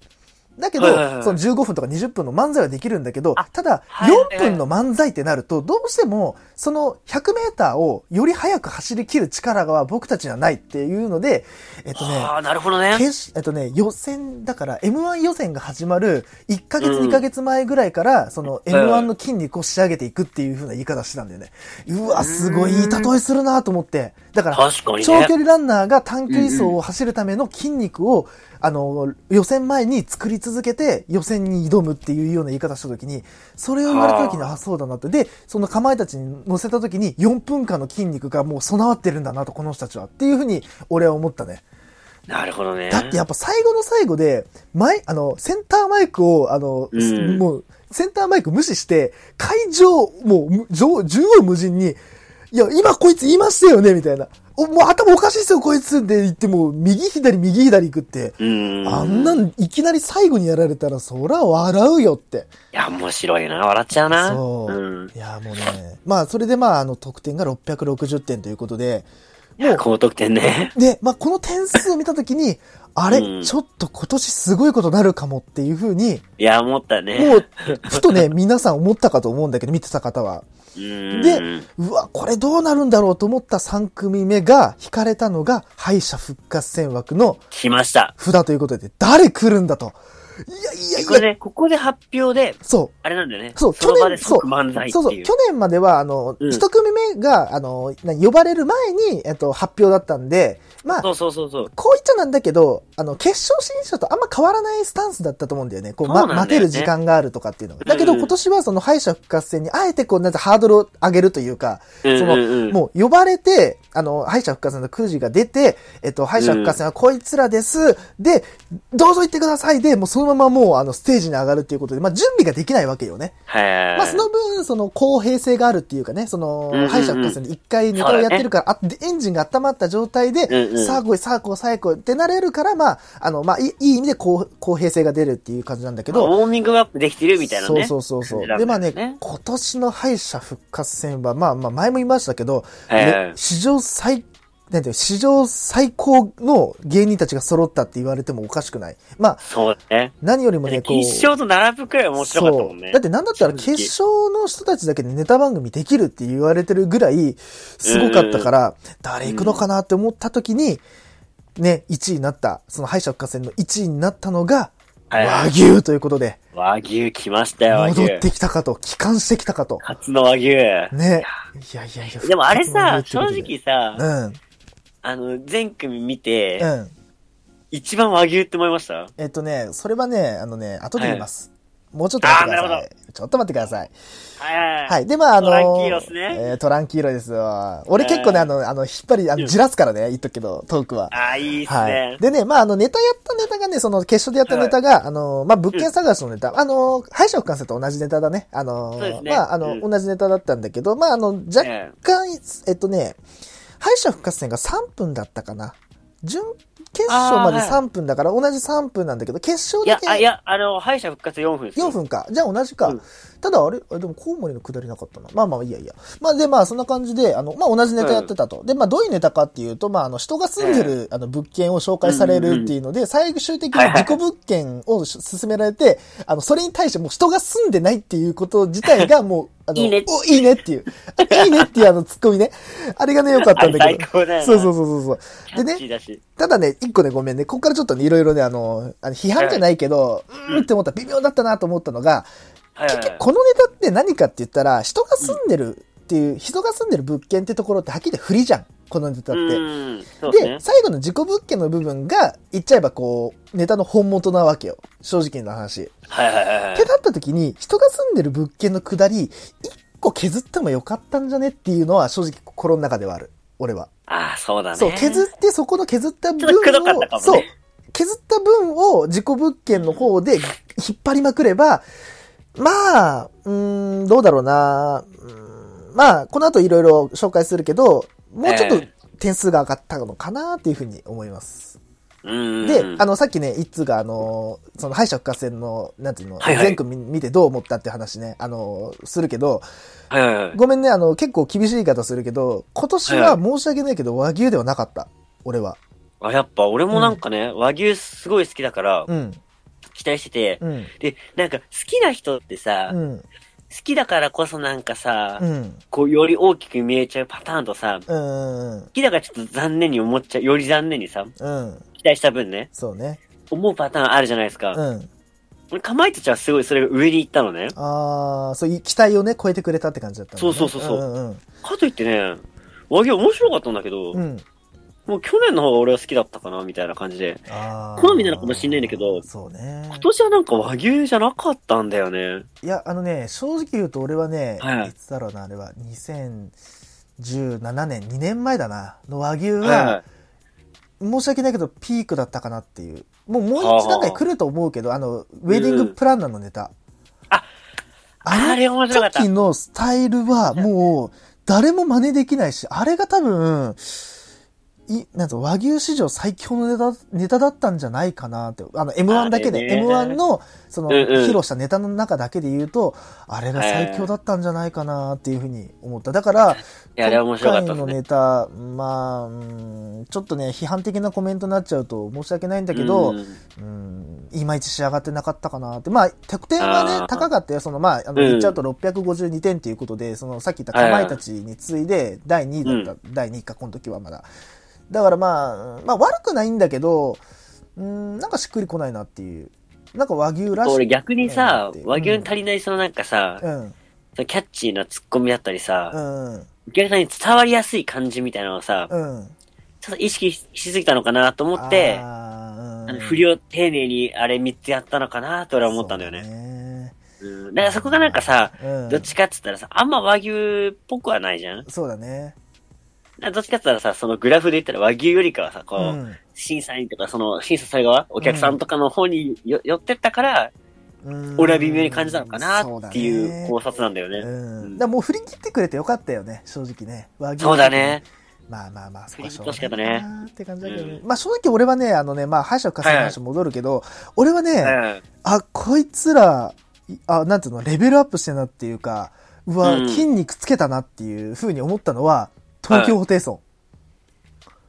Speaker 1: だけど、
Speaker 2: はいはいはい
Speaker 1: その15分とか20分の漫才はできるんだけど
Speaker 2: あ、
Speaker 1: ただ、
Speaker 2: はいはい
Speaker 1: 4分の漫才ってなると、どうしても、その100メーターをより速く走り切る力は僕たちにはないっていうので、えっとね、
Speaker 2: ああ、なるほどね。
Speaker 1: 決えっとね、予選、だから、M1 予選が始まる1ヶ月、2ヶ月前ぐらいから、その M1 の筋肉を仕上げていくっていう風な言い方してたんだよね。うわ、すごい、いい例えするなと思って。だから、
Speaker 2: 確かにね。
Speaker 1: 長距離ランナーが短距離走を走るための筋肉を、あの、予選前に作り続けて、予選に挑むっていうような言い方した時に、それを言われた時に、
Speaker 2: はあ
Speaker 1: あ、そうだなって。で、その構えたちに乗せた時に、4分間の筋肉がもう備わってるんだなと、この人たちは。っていう風に、俺は思ったね。
Speaker 2: なるほどね。
Speaker 1: だってやっぱ最後の最後で、前、あの、センターマイクを、あの、
Speaker 2: うん
Speaker 1: すもう、センターマイク無視して、会場、もうむ、上縦横無尽に、いや、今こいつ言いましたよね、みたいな。お、もう頭おかしいっすよ、こいつって言って、もう、右左、右左行くって。
Speaker 2: うん。
Speaker 1: あんなん
Speaker 2: い
Speaker 1: いきなり最後にやられたら、そら笑うよって。
Speaker 2: や、面白いな。笑っちゃうな。
Speaker 1: そう。
Speaker 2: うん。
Speaker 1: いや、もうね。まあ、それでまあ、あの、得点が660点ということで、もう、
Speaker 2: 高得点ね。
Speaker 1: で、まあ、この点数を見たときに、あれ、
Speaker 2: うん
Speaker 1: ちょっと今年すごいことなるかもっていうふうに、
Speaker 2: いや、思ったね。
Speaker 1: もう、ふとね、皆さん思ったかと思うんだけど、見てた方は。
Speaker 2: うん。
Speaker 1: でうわ、これどうなるんだろうと思った3組目が、惹かれたのが、敗者復活戦枠の
Speaker 2: 来ました。
Speaker 1: 札ということで、誰来るんだと。いやい
Speaker 2: こ
Speaker 1: や
Speaker 2: れ
Speaker 1: いや、
Speaker 2: ね、ここで発表で、
Speaker 1: そう。
Speaker 2: あれなんだよね。
Speaker 1: そう、
Speaker 2: その場
Speaker 1: 去
Speaker 2: で
Speaker 1: 年、そう、
Speaker 2: 即漫才って
Speaker 1: そうそ、
Speaker 2: いうう
Speaker 1: 去。年までは、あの、
Speaker 2: うん
Speaker 1: 一組目が、あの、な呼ばれる前に、えっと、発表だったんで、まあ、
Speaker 2: そうそうそうそう。
Speaker 1: こう言っちゃなんだけど、あの、決勝進出者とあんま変わらないスタンスだったと思うんだよね。こう、
Speaker 2: そう
Speaker 1: ま、
Speaker 2: なんだよね
Speaker 1: 待てる時間があるとかっていうのが。だけど
Speaker 2: うんうん
Speaker 1: 今年はその敗者復活戦に、あえてこう、なんてハードルを上げるというか、
Speaker 2: うん
Speaker 1: そ
Speaker 2: うん
Speaker 1: の、
Speaker 2: うん。
Speaker 1: もう呼ばれて、あの、敗者復活戦のくじが出て、えっと、敗者復活戦はこいつらです。で、どうぞ行ってください。で、もうそのままもう、あの、ステージに上がるっていうことで、まあ、準備ができないわけよね。
Speaker 2: はい。
Speaker 1: まあ、その分、その公平性があるっていうかね、その
Speaker 2: うんうんう、ん
Speaker 1: 敗者復活戦で一回ネタをやってるから、あでエンジンが温まった状態で
Speaker 2: うんう、ん
Speaker 1: さあ来い、さあ来い、さあ来いってなれるから、まあ、あの、まあ、いいいい意味で公公平性が出るっていう感じなんだけ
Speaker 2: まあ
Speaker 1: ど、
Speaker 2: ウォーミングアップできてるみたいなね。
Speaker 1: そうそうそうそう。
Speaker 2: 感
Speaker 1: で、
Speaker 2: じ
Speaker 1: ま
Speaker 2: な
Speaker 1: あ
Speaker 2: んだ
Speaker 1: ね
Speaker 2: よね、
Speaker 1: 今年の敗者復活戦は、まあまあ、前も言いましたけど、
Speaker 2: はいはい
Speaker 1: ね史上最、なんていうの史上最高の芸人たちが揃ったって言われてもおかしくない。まあ、
Speaker 2: そうだね。
Speaker 1: 何よりもね、こう。
Speaker 2: 一生と並ぶくらい面白かったもん
Speaker 1: そ
Speaker 2: ね。
Speaker 1: うだってなんだったら決
Speaker 2: 正直
Speaker 1: 勝の人たちだけでネタ番組できるって言われてるぐらいすごかったから、誰行くのかなって思った時に、ね、1位になった、その敗者復活戦の1位になったのが、
Speaker 2: はい
Speaker 1: 和牛ということで、
Speaker 2: 和牛来ましたよ、和牛
Speaker 1: 戻。ってきたかと、帰還してきたかと。
Speaker 2: カツの和牛。
Speaker 1: ね。いやいやいや。
Speaker 2: でもあれ
Speaker 1: 復
Speaker 2: さ、
Speaker 1: 活
Speaker 2: 正
Speaker 1: の和牛って
Speaker 2: 直さ
Speaker 1: こ、とで。うん。
Speaker 2: あの、全組見て、
Speaker 1: うん。
Speaker 2: 一番和牛って思いました
Speaker 1: えっとね、それはね、あのね、後で言います。もうちょっと待ってくだ
Speaker 2: あ
Speaker 1: さ。
Speaker 2: ーない
Speaker 1: ちょっと待ってください。
Speaker 2: はい
Speaker 1: はい。で、まあ、あの
Speaker 2: トランキーロスね
Speaker 1: えートランキーロですよ。俺結構ね、
Speaker 2: えー
Speaker 1: あの、あの、引っ張り、あの、
Speaker 2: うん
Speaker 1: じらすからね、言っとくけど、トークは。
Speaker 2: ああ、いいっす
Speaker 1: は
Speaker 2: ね
Speaker 1: い。。でね、まあ、あの、ネタやったネタがね、その、決勝でやったネタが、あの、まあ、物件探しのネタ、あの、敗者復活戦と同じネタだね。あの
Speaker 2: そうで、すね
Speaker 1: まあ、あの、
Speaker 2: うん
Speaker 1: 同じネタだったんだけど、まあ、あの、若
Speaker 2: ええ
Speaker 1: 干、えっとね、敗者復活戦が3分だったかな。準決勝まで
Speaker 2: あーはい
Speaker 1: 3分だから、同じ3分なんだけど、決勝
Speaker 2: い
Speaker 1: だ
Speaker 2: や、
Speaker 1: け
Speaker 2: あ、いや、あの、敗者復活4分ですよ。
Speaker 1: 4分か。じゃあ同じか。
Speaker 2: うん
Speaker 1: ただあれあでもコウモリの下りなかったな。まあまあいいやいいや。まあでまあそんな感じで、あの、まあ同じネタやってたと。で、まあどういうネタかっていうと、まああの人が住んでる、あの物件を紹介されるっていうので、最終的に自己物件を勧められて、あの、それに対してもう人が住んでないっていうこと自体がもう、 あの、
Speaker 2: いいね
Speaker 1: おいいねっていう。あいいねっていうあのツッコミね。あれがね、良かったんだけ
Speaker 2: 最
Speaker 1: ど。
Speaker 2: 高だよな。
Speaker 1: そうそうそうそうそう。でね
Speaker 2: キャッチーだし。
Speaker 1: ただね、一個ね、ごめんね。ここからちょっとね、いろいろね、あの、あの批判じゃないけど、うーんって思った、微妙だったなと思ったのが、
Speaker 2: はいはい
Speaker 1: 結局このネタって何かって言ったら、人が住んでるっていう、人が住んでる物件ってところってはっきり言って振りじゃん。このネタっ
Speaker 2: う
Speaker 1: て。
Speaker 2: ん。そうです
Speaker 1: で、
Speaker 2: ね。
Speaker 1: 最後の自己物件の部分が、言っちゃえばこう、ネタの本元なわけよ。正直な話。っ
Speaker 2: はいはいはいはい
Speaker 1: て。なった時に、人が住んでる物件の下り、一個削ってもよかったんじゃねっていうのは正直心の中ではある。俺は。
Speaker 2: ああ、そうだね。
Speaker 1: そう、削って、そこの削った分
Speaker 2: ちょっとくどかったかも
Speaker 1: を、そ
Speaker 2: ね
Speaker 1: う、削った分を自己物件の方で引っ張りまくれば、まあ、うーん、どうだろうな、うーんまあ、この後いろいろ紹介するけど、もうちょっと
Speaker 2: え
Speaker 1: 点数が上がったのかなっていうふうに思います。
Speaker 2: うん。
Speaker 1: で、あ
Speaker 2: の、
Speaker 1: の、さっきね、一通が、あの、その敗者復活戦の、なんていうの、
Speaker 2: はいはい
Speaker 1: 全組見てどう思ったって話ね、あの、するけど、
Speaker 2: はいはいはい。
Speaker 1: ごめんね、あの、結構厳しい言い方するけど、今年は申し訳ないけど、和牛ではなかった。俺は。
Speaker 2: あ、やっぱ俺もなんかね、和牛すごい好きだから、
Speaker 1: うん。
Speaker 2: 期待してて、
Speaker 1: うん。
Speaker 2: で、なんか好きな人ってさ、
Speaker 1: う
Speaker 2: 好
Speaker 1: ん。
Speaker 2: きだからこそなんかさ、
Speaker 1: うん。
Speaker 2: こう、より大きく見えちゃうパターンとさ、好
Speaker 1: うん。
Speaker 2: きだからちょっと残念に思っちゃう、より残念にさ、
Speaker 1: うん。
Speaker 2: 期待した分ね、
Speaker 1: そうね。
Speaker 2: 思うパターンあるじゃないですか。
Speaker 1: うん。
Speaker 2: 俺かまいたちはすごいそれが上に行ったのね。
Speaker 1: ああ、そういう期待をね、超えてくれたって感じだったんだね、
Speaker 2: そうそうそうそうん
Speaker 1: うん
Speaker 2: かといってね、和牛面白かったんだけど、
Speaker 1: うん。うん。
Speaker 2: もう去年の方が俺は好きだったかな、みたいな感じで。
Speaker 1: あー
Speaker 2: 好みなのかもしんないんだけど
Speaker 1: そうね。
Speaker 2: 今年はなんか和牛じゃなかったんだよね。
Speaker 1: いや、あのね、正直言うと俺はね、
Speaker 2: はい
Speaker 1: いつだろうな、あれは、2017年、2年前だな、の和牛は、
Speaker 2: は
Speaker 1: 申し訳ないけど、ピークだったかなっていう。もう、もう一段階来ると思うけど、あの、ウェディングプランナーのネタ。
Speaker 2: ああれ面白かった
Speaker 1: 時のスタイルは、もう、誰も真似できないし、あれが多分、い、なんと和牛史上最強のネタ、ネタだったんじゃないかなって。あの、
Speaker 2: あ
Speaker 1: M1
Speaker 2: れ
Speaker 1: だけで、
Speaker 2: ね
Speaker 1: M1 の、その、
Speaker 2: うんうん
Speaker 1: 披露したネタの中だけで言うと、あれが最強だったんじゃないかなっていうふうに思った。だから、
Speaker 2: い。いや、あれは面白かったで
Speaker 1: 今
Speaker 2: す
Speaker 1: 回の
Speaker 2: ね。
Speaker 1: ネタ、まあ、うんちょっとね、批判的なコメントになっちゃうと申し訳ないんだけど、
Speaker 2: う
Speaker 1: うん
Speaker 2: ん
Speaker 1: いまいち仕上がってなかったかなって。まあ、得点は
Speaker 2: あ
Speaker 1: ね
Speaker 2: ー、
Speaker 1: 高かったよ。その、まあ、あの、
Speaker 2: うん
Speaker 1: 言っちゃうと652点ということで、その、さっき言ったかまいたちに次いで、第2位だった、第2位か、この時はまだ。だからまあ、うんまあ、悪くないんだけど、うん、なんかしっくりこないなっていう。なんか和牛らし
Speaker 2: 俺
Speaker 1: い。
Speaker 2: 逆にさ
Speaker 1: うん、
Speaker 2: 和牛に足りないそのなんかさ、
Speaker 1: うん、
Speaker 2: そのキャッチーなツッコミだったりさ、
Speaker 1: うん、
Speaker 2: お客さんに伝わりやすい感じみたいなのをさ、
Speaker 1: うん。
Speaker 2: ちょっと意識ししすぎたのかなと思って、あ
Speaker 1: あー、
Speaker 2: の
Speaker 1: うん
Speaker 2: 振りを丁寧にあれ3つやったのかなと俺は思ったんだよ
Speaker 1: そう
Speaker 2: ね。
Speaker 1: ね
Speaker 2: うん。だからそこがなんかさ、
Speaker 1: うん
Speaker 2: どっちかっつったらさ、あんま和牛っぽくはないじゃんだか
Speaker 1: そうだね。
Speaker 2: らどっちかっつったらさ、そのグラフで言ったら和牛よりかはさ、こ
Speaker 1: う
Speaker 2: う、
Speaker 1: ん。
Speaker 2: 審査員とか、その審査される側、お客さんとかの方によ、寄ってったから、
Speaker 1: うん
Speaker 2: 俺は微妙に感じたのか
Speaker 1: そだ
Speaker 2: な
Speaker 1: ね
Speaker 2: っていう考察なんだよね。
Speaker 1: うん。だからもう振り切ってくれてよかったよね、正直ね。和牛
Speaker 2: そうだね。。
Speaker 1: まあまあまあ、そこはしょう
Speaker 2: 振り切って
Speaker 1: が
Speaker 2: ほし
Speaker 1: な
Speaker 2: か
Speaker 1: い
Speaker 2: った
Speaker 1: なって感じだけどね。
Speaker 2: う
Speaker 1: まあ正直俺はね、あのね、まあ敗者復活の話戻るけど、俺は
Speaker 2: う
Speaker 1: ね、
Speaker 2: ん。
Speaker 1: あ、こいつら、いあ、なんていうの、レベルアップしてんなっていうか、うわ、
Speaker 2: うん
Speaker 1: 筋肉つけたなっていうふうに思ったのは、東京ホテイソン。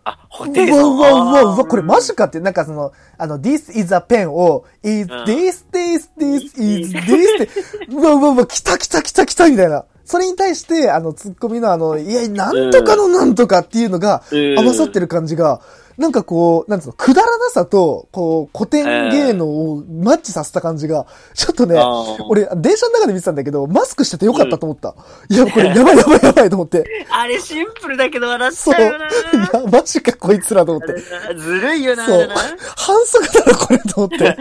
Speaker 2: あ、ホテル
Speaker 1: うわうわうわうわ、これマジかって、なんかその、あの、this is a pen を、is
Speaker 2: うん
Speaker 1: this, this, this, is this って、うわうわうわ、来た来た来た来たみたいな。それに対して、あの、ツッコミのあの、いや、なんとかのなんとかっていうのが、合わさって
Speaker 2: る。
Speaker 1: る感じが、なんかこう、なんつうの、くだらなさと、こう、古典芸能をマッチさせた感じが、ちょっとね、
Speaker 2: あー
Speaker 1: 俺、電車の中で見てたんだけど、マスクしててよかったと思った。いや、これやばいやばいやばいと思って。
Speaker 2: あれシンプルだけど笑っ
Speaker 1: そ
Speaker 2: ち
Speaker 1: う。
Speaker 2: ゃ
Speaker 1: いう
Speaker 2: よな。
Speaker 1: や、マジかこいつらと思って。
Speaker 2: あれなずるいよな、あ
Speaker 1: そ
Speaker 2: れ
Speaker 1: う
Speaker 2: な。。
Speaker 1: 反則だろ、これ、と思 って。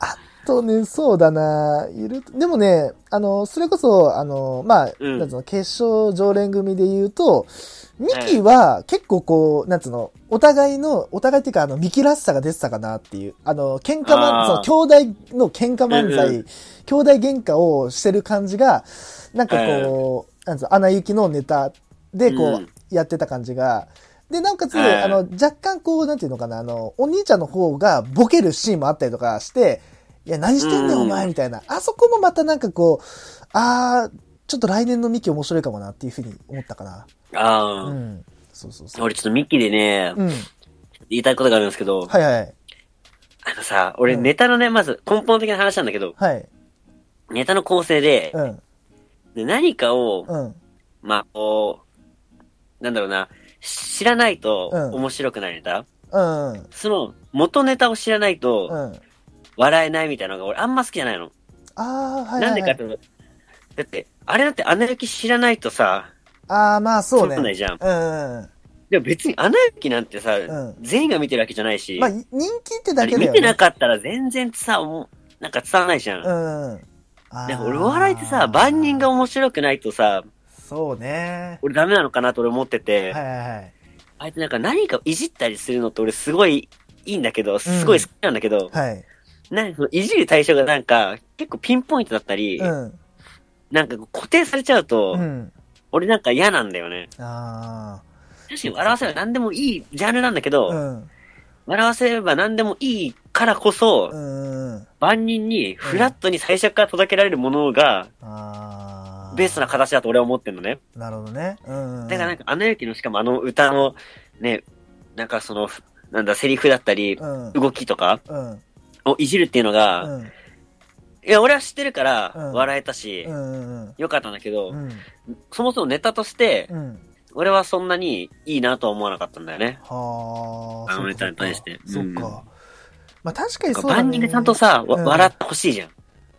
Speaker 1: あとね、そうだな、いる、でもね、あの、それこそ、あの、まあ、
Speaker 2: うん
Speaker 1: なんつうの、決勝常連組で言うと、ミキは結構こう、なんつうの、お互いの、お互いっていうか、あの、ミキらしさが出てたかなっていう、あの、喧嘩漫
Speaker 2: あー
Speaker 1: その、兄弟の喧嘩漫才、
Speaker 2: うんう
Speaker 1: 兄弟喧嘩をしてる感じが、なんかこう、なんつうの、穴行きのネタで、こう、
Speaker 2: うん
Speaker 1: やってた感じが、で、なおかつ、
Speaker 2: はい
Speaker 1: あの、若干こう、なんていうのかな、あの、お兄ちゃんの方がボケるシーンもあったりとかして、いや、何してんねん、
Speaker 2: うん
Speaker 1: お前、みたいな。あそこもまたなんかこう、あー、ちょっと来年のミキ面白いかもなっていうふうに思ったかな。
Speaker 2: ああ、
Speaker 1: うん。そうそうそう。
Speaker 2: 俺ちょっとミッキーでね、
Speaker 1: うん。
Speaker 2: 言いたいことがあるんですけど、
Speaker 1: はいはい。
Speaker 2: あのさ、俺
Speaker 1: うん
Speaker 2: ネタのね、まず根本的な話なんだけど、
Speaker 1: はい。
Speaker 2: ネタの構成で、
Speaker 1: うん。
Speaker 2: で何かを、
Speaker 1: うん。
Speaker 2: まあ、こう、なんだろうな、知らないと
Speaker 1: うん
Speaker 2: 面白くないネタ、
Speaker 1: うん。うん。
Speaker 2: その、元ネタを知らないと
Speaker 1: あ
Speaker 2: 笑えないみたいなのが俺あんま好きじゃないの。
Speaker 1: あー、はいはいはい。
Speaker 2: なんでかっていうと、だって、あれだって穴行き知らないとさ、
Speaker 1: ああ、まあそうね。
Speaker 2: そうなんじゃん
Speaker 1: うんうん
Speaker 2: でも別に穴行きなんてさ、
Speaker 1: ん
Speaker 2: 全員が見てるわけじゃないし、
Speaker 1: まあ、人気ってだけだ
Speaker 2: あれ
Speaker 1: よ
Speaker 2: 見
Speaker 1: ね。
Speaker 2: てなかったら全然さ、もうなんか伝わらないじゃん。
Speaker 1: うんうん。あー
Speaker 2: なんか俺お笑いってさ、万人が面白くないとさ、
Speaker 1: そうね。
Speaker 2: 俺ダメなのかなと俺思ってて、
Speaker 1: はいはいはい。
Speaker 2: あいつなんか何かをいじったりするのって俺すごいいいんだけど、すごい好きなんだけど、
Speaker 1: はい。
Speaker 2: なんかそのいじる対象がなんか結構ピンポイントだったり、
Speaker 1: うん。
Speaker 2: なんか固定されちゃうと、
Speaker 1: うん。
Speaker 2: 俺なんか嫌なんだよね。
Speaker 1: あ
Speaker 2: 確かに笑わせれば何でもいいジャンルなんだけど、
Speaker 1: あ。うん。
Speaker 2: 笑わせれば何でもいいからこそ、
Speaker 1: うん。あ
Speaker 2: 万人にフラットに最初から届けられるものが、
Speaker 1: あー。
Speaker 2: ベストな形だと俺は思ってんのね。
Speaker 1: なるほどね。うん。
Speaker 2: だからなんか、あの雪のしかもあの歌の、ね、なんかその、なんだ、セリフだったり、
Speaker 1: うん。
Speaker 2: 動きとか
Speaker 1: うん。
Speaker 2: をいじるっていうのが、
Speaker 1: うん。
Speaker 2: いや、俺は知ってるから、
Speaker 1: うん
Speaker 2: 笑えたし、
Speaker 1: うん。うん。
Speaker 2: よかったんだけど、
Speaker 1: うん。
Speaker 2: そもそもネタとして、
Speaker 1: うん。
Speaker 2: 俺はそんなにいいなとは思わなかったんだよね。
Speaker 1: はあ。
Speaker 2: あのネタに対して
Speaker 1: そっ
Speaker 2: うん
Speaker 1: かそっか。まあ確かに
Speaker 2: なん
Speaker 1: そ
Speaker 2: か
Speaker 1: うだね
Speaker 2: 万人がちゃんとさ、わ
Speaker 1: うん
Speaker 2: 笑ってほしいじゃん。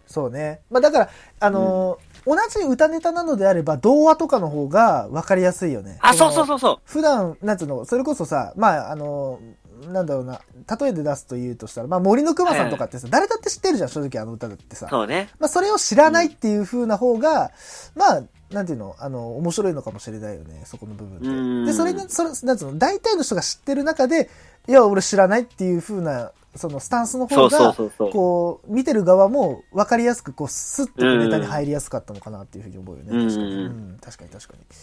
Speaker 1: そうね。まあだから、あのー同じ歌ネタなのであれば、童話とかの方が分かりやすいよね。
Speaker 2: あ、そうそう
Speaker 1: う。
Speaker 2: そうそう。
Speaker 1: 普段、なんつうの、それこそさ、まあ、あのーなんだろうな、例えで出すと言うとしたら、まあ、森の熊さんとかってさ、誰だって知ってるじゃん、正直あの歌だってさ。
Speaker 2: そうね。
Speaker 1: まあ、それを知らないっていう風な方が、まあ、なんていうの、あの、面白いのかもしれないよね、そこの部分
Speaker 2: うん
Speaker 1: で。で、それに、それ、なんつうの、大体の人が知ってる中で、いや、俺知らないっていう風な、そのスタンスの
Speaker 2: そ
Speaker 1: 方
Speaker 2: うそう
Speaker 1: が、
Speaker 2: そうそう。
Speaker 1: こう、見てる側も分かりやすく、こう、スッと
Speaker 2: うん
Speaker 1: ネタに入りやすかったのかなっていうふうに思うよね。
Speaker 2: うん
Speaker 1: 確かに。うん、確かに確かに。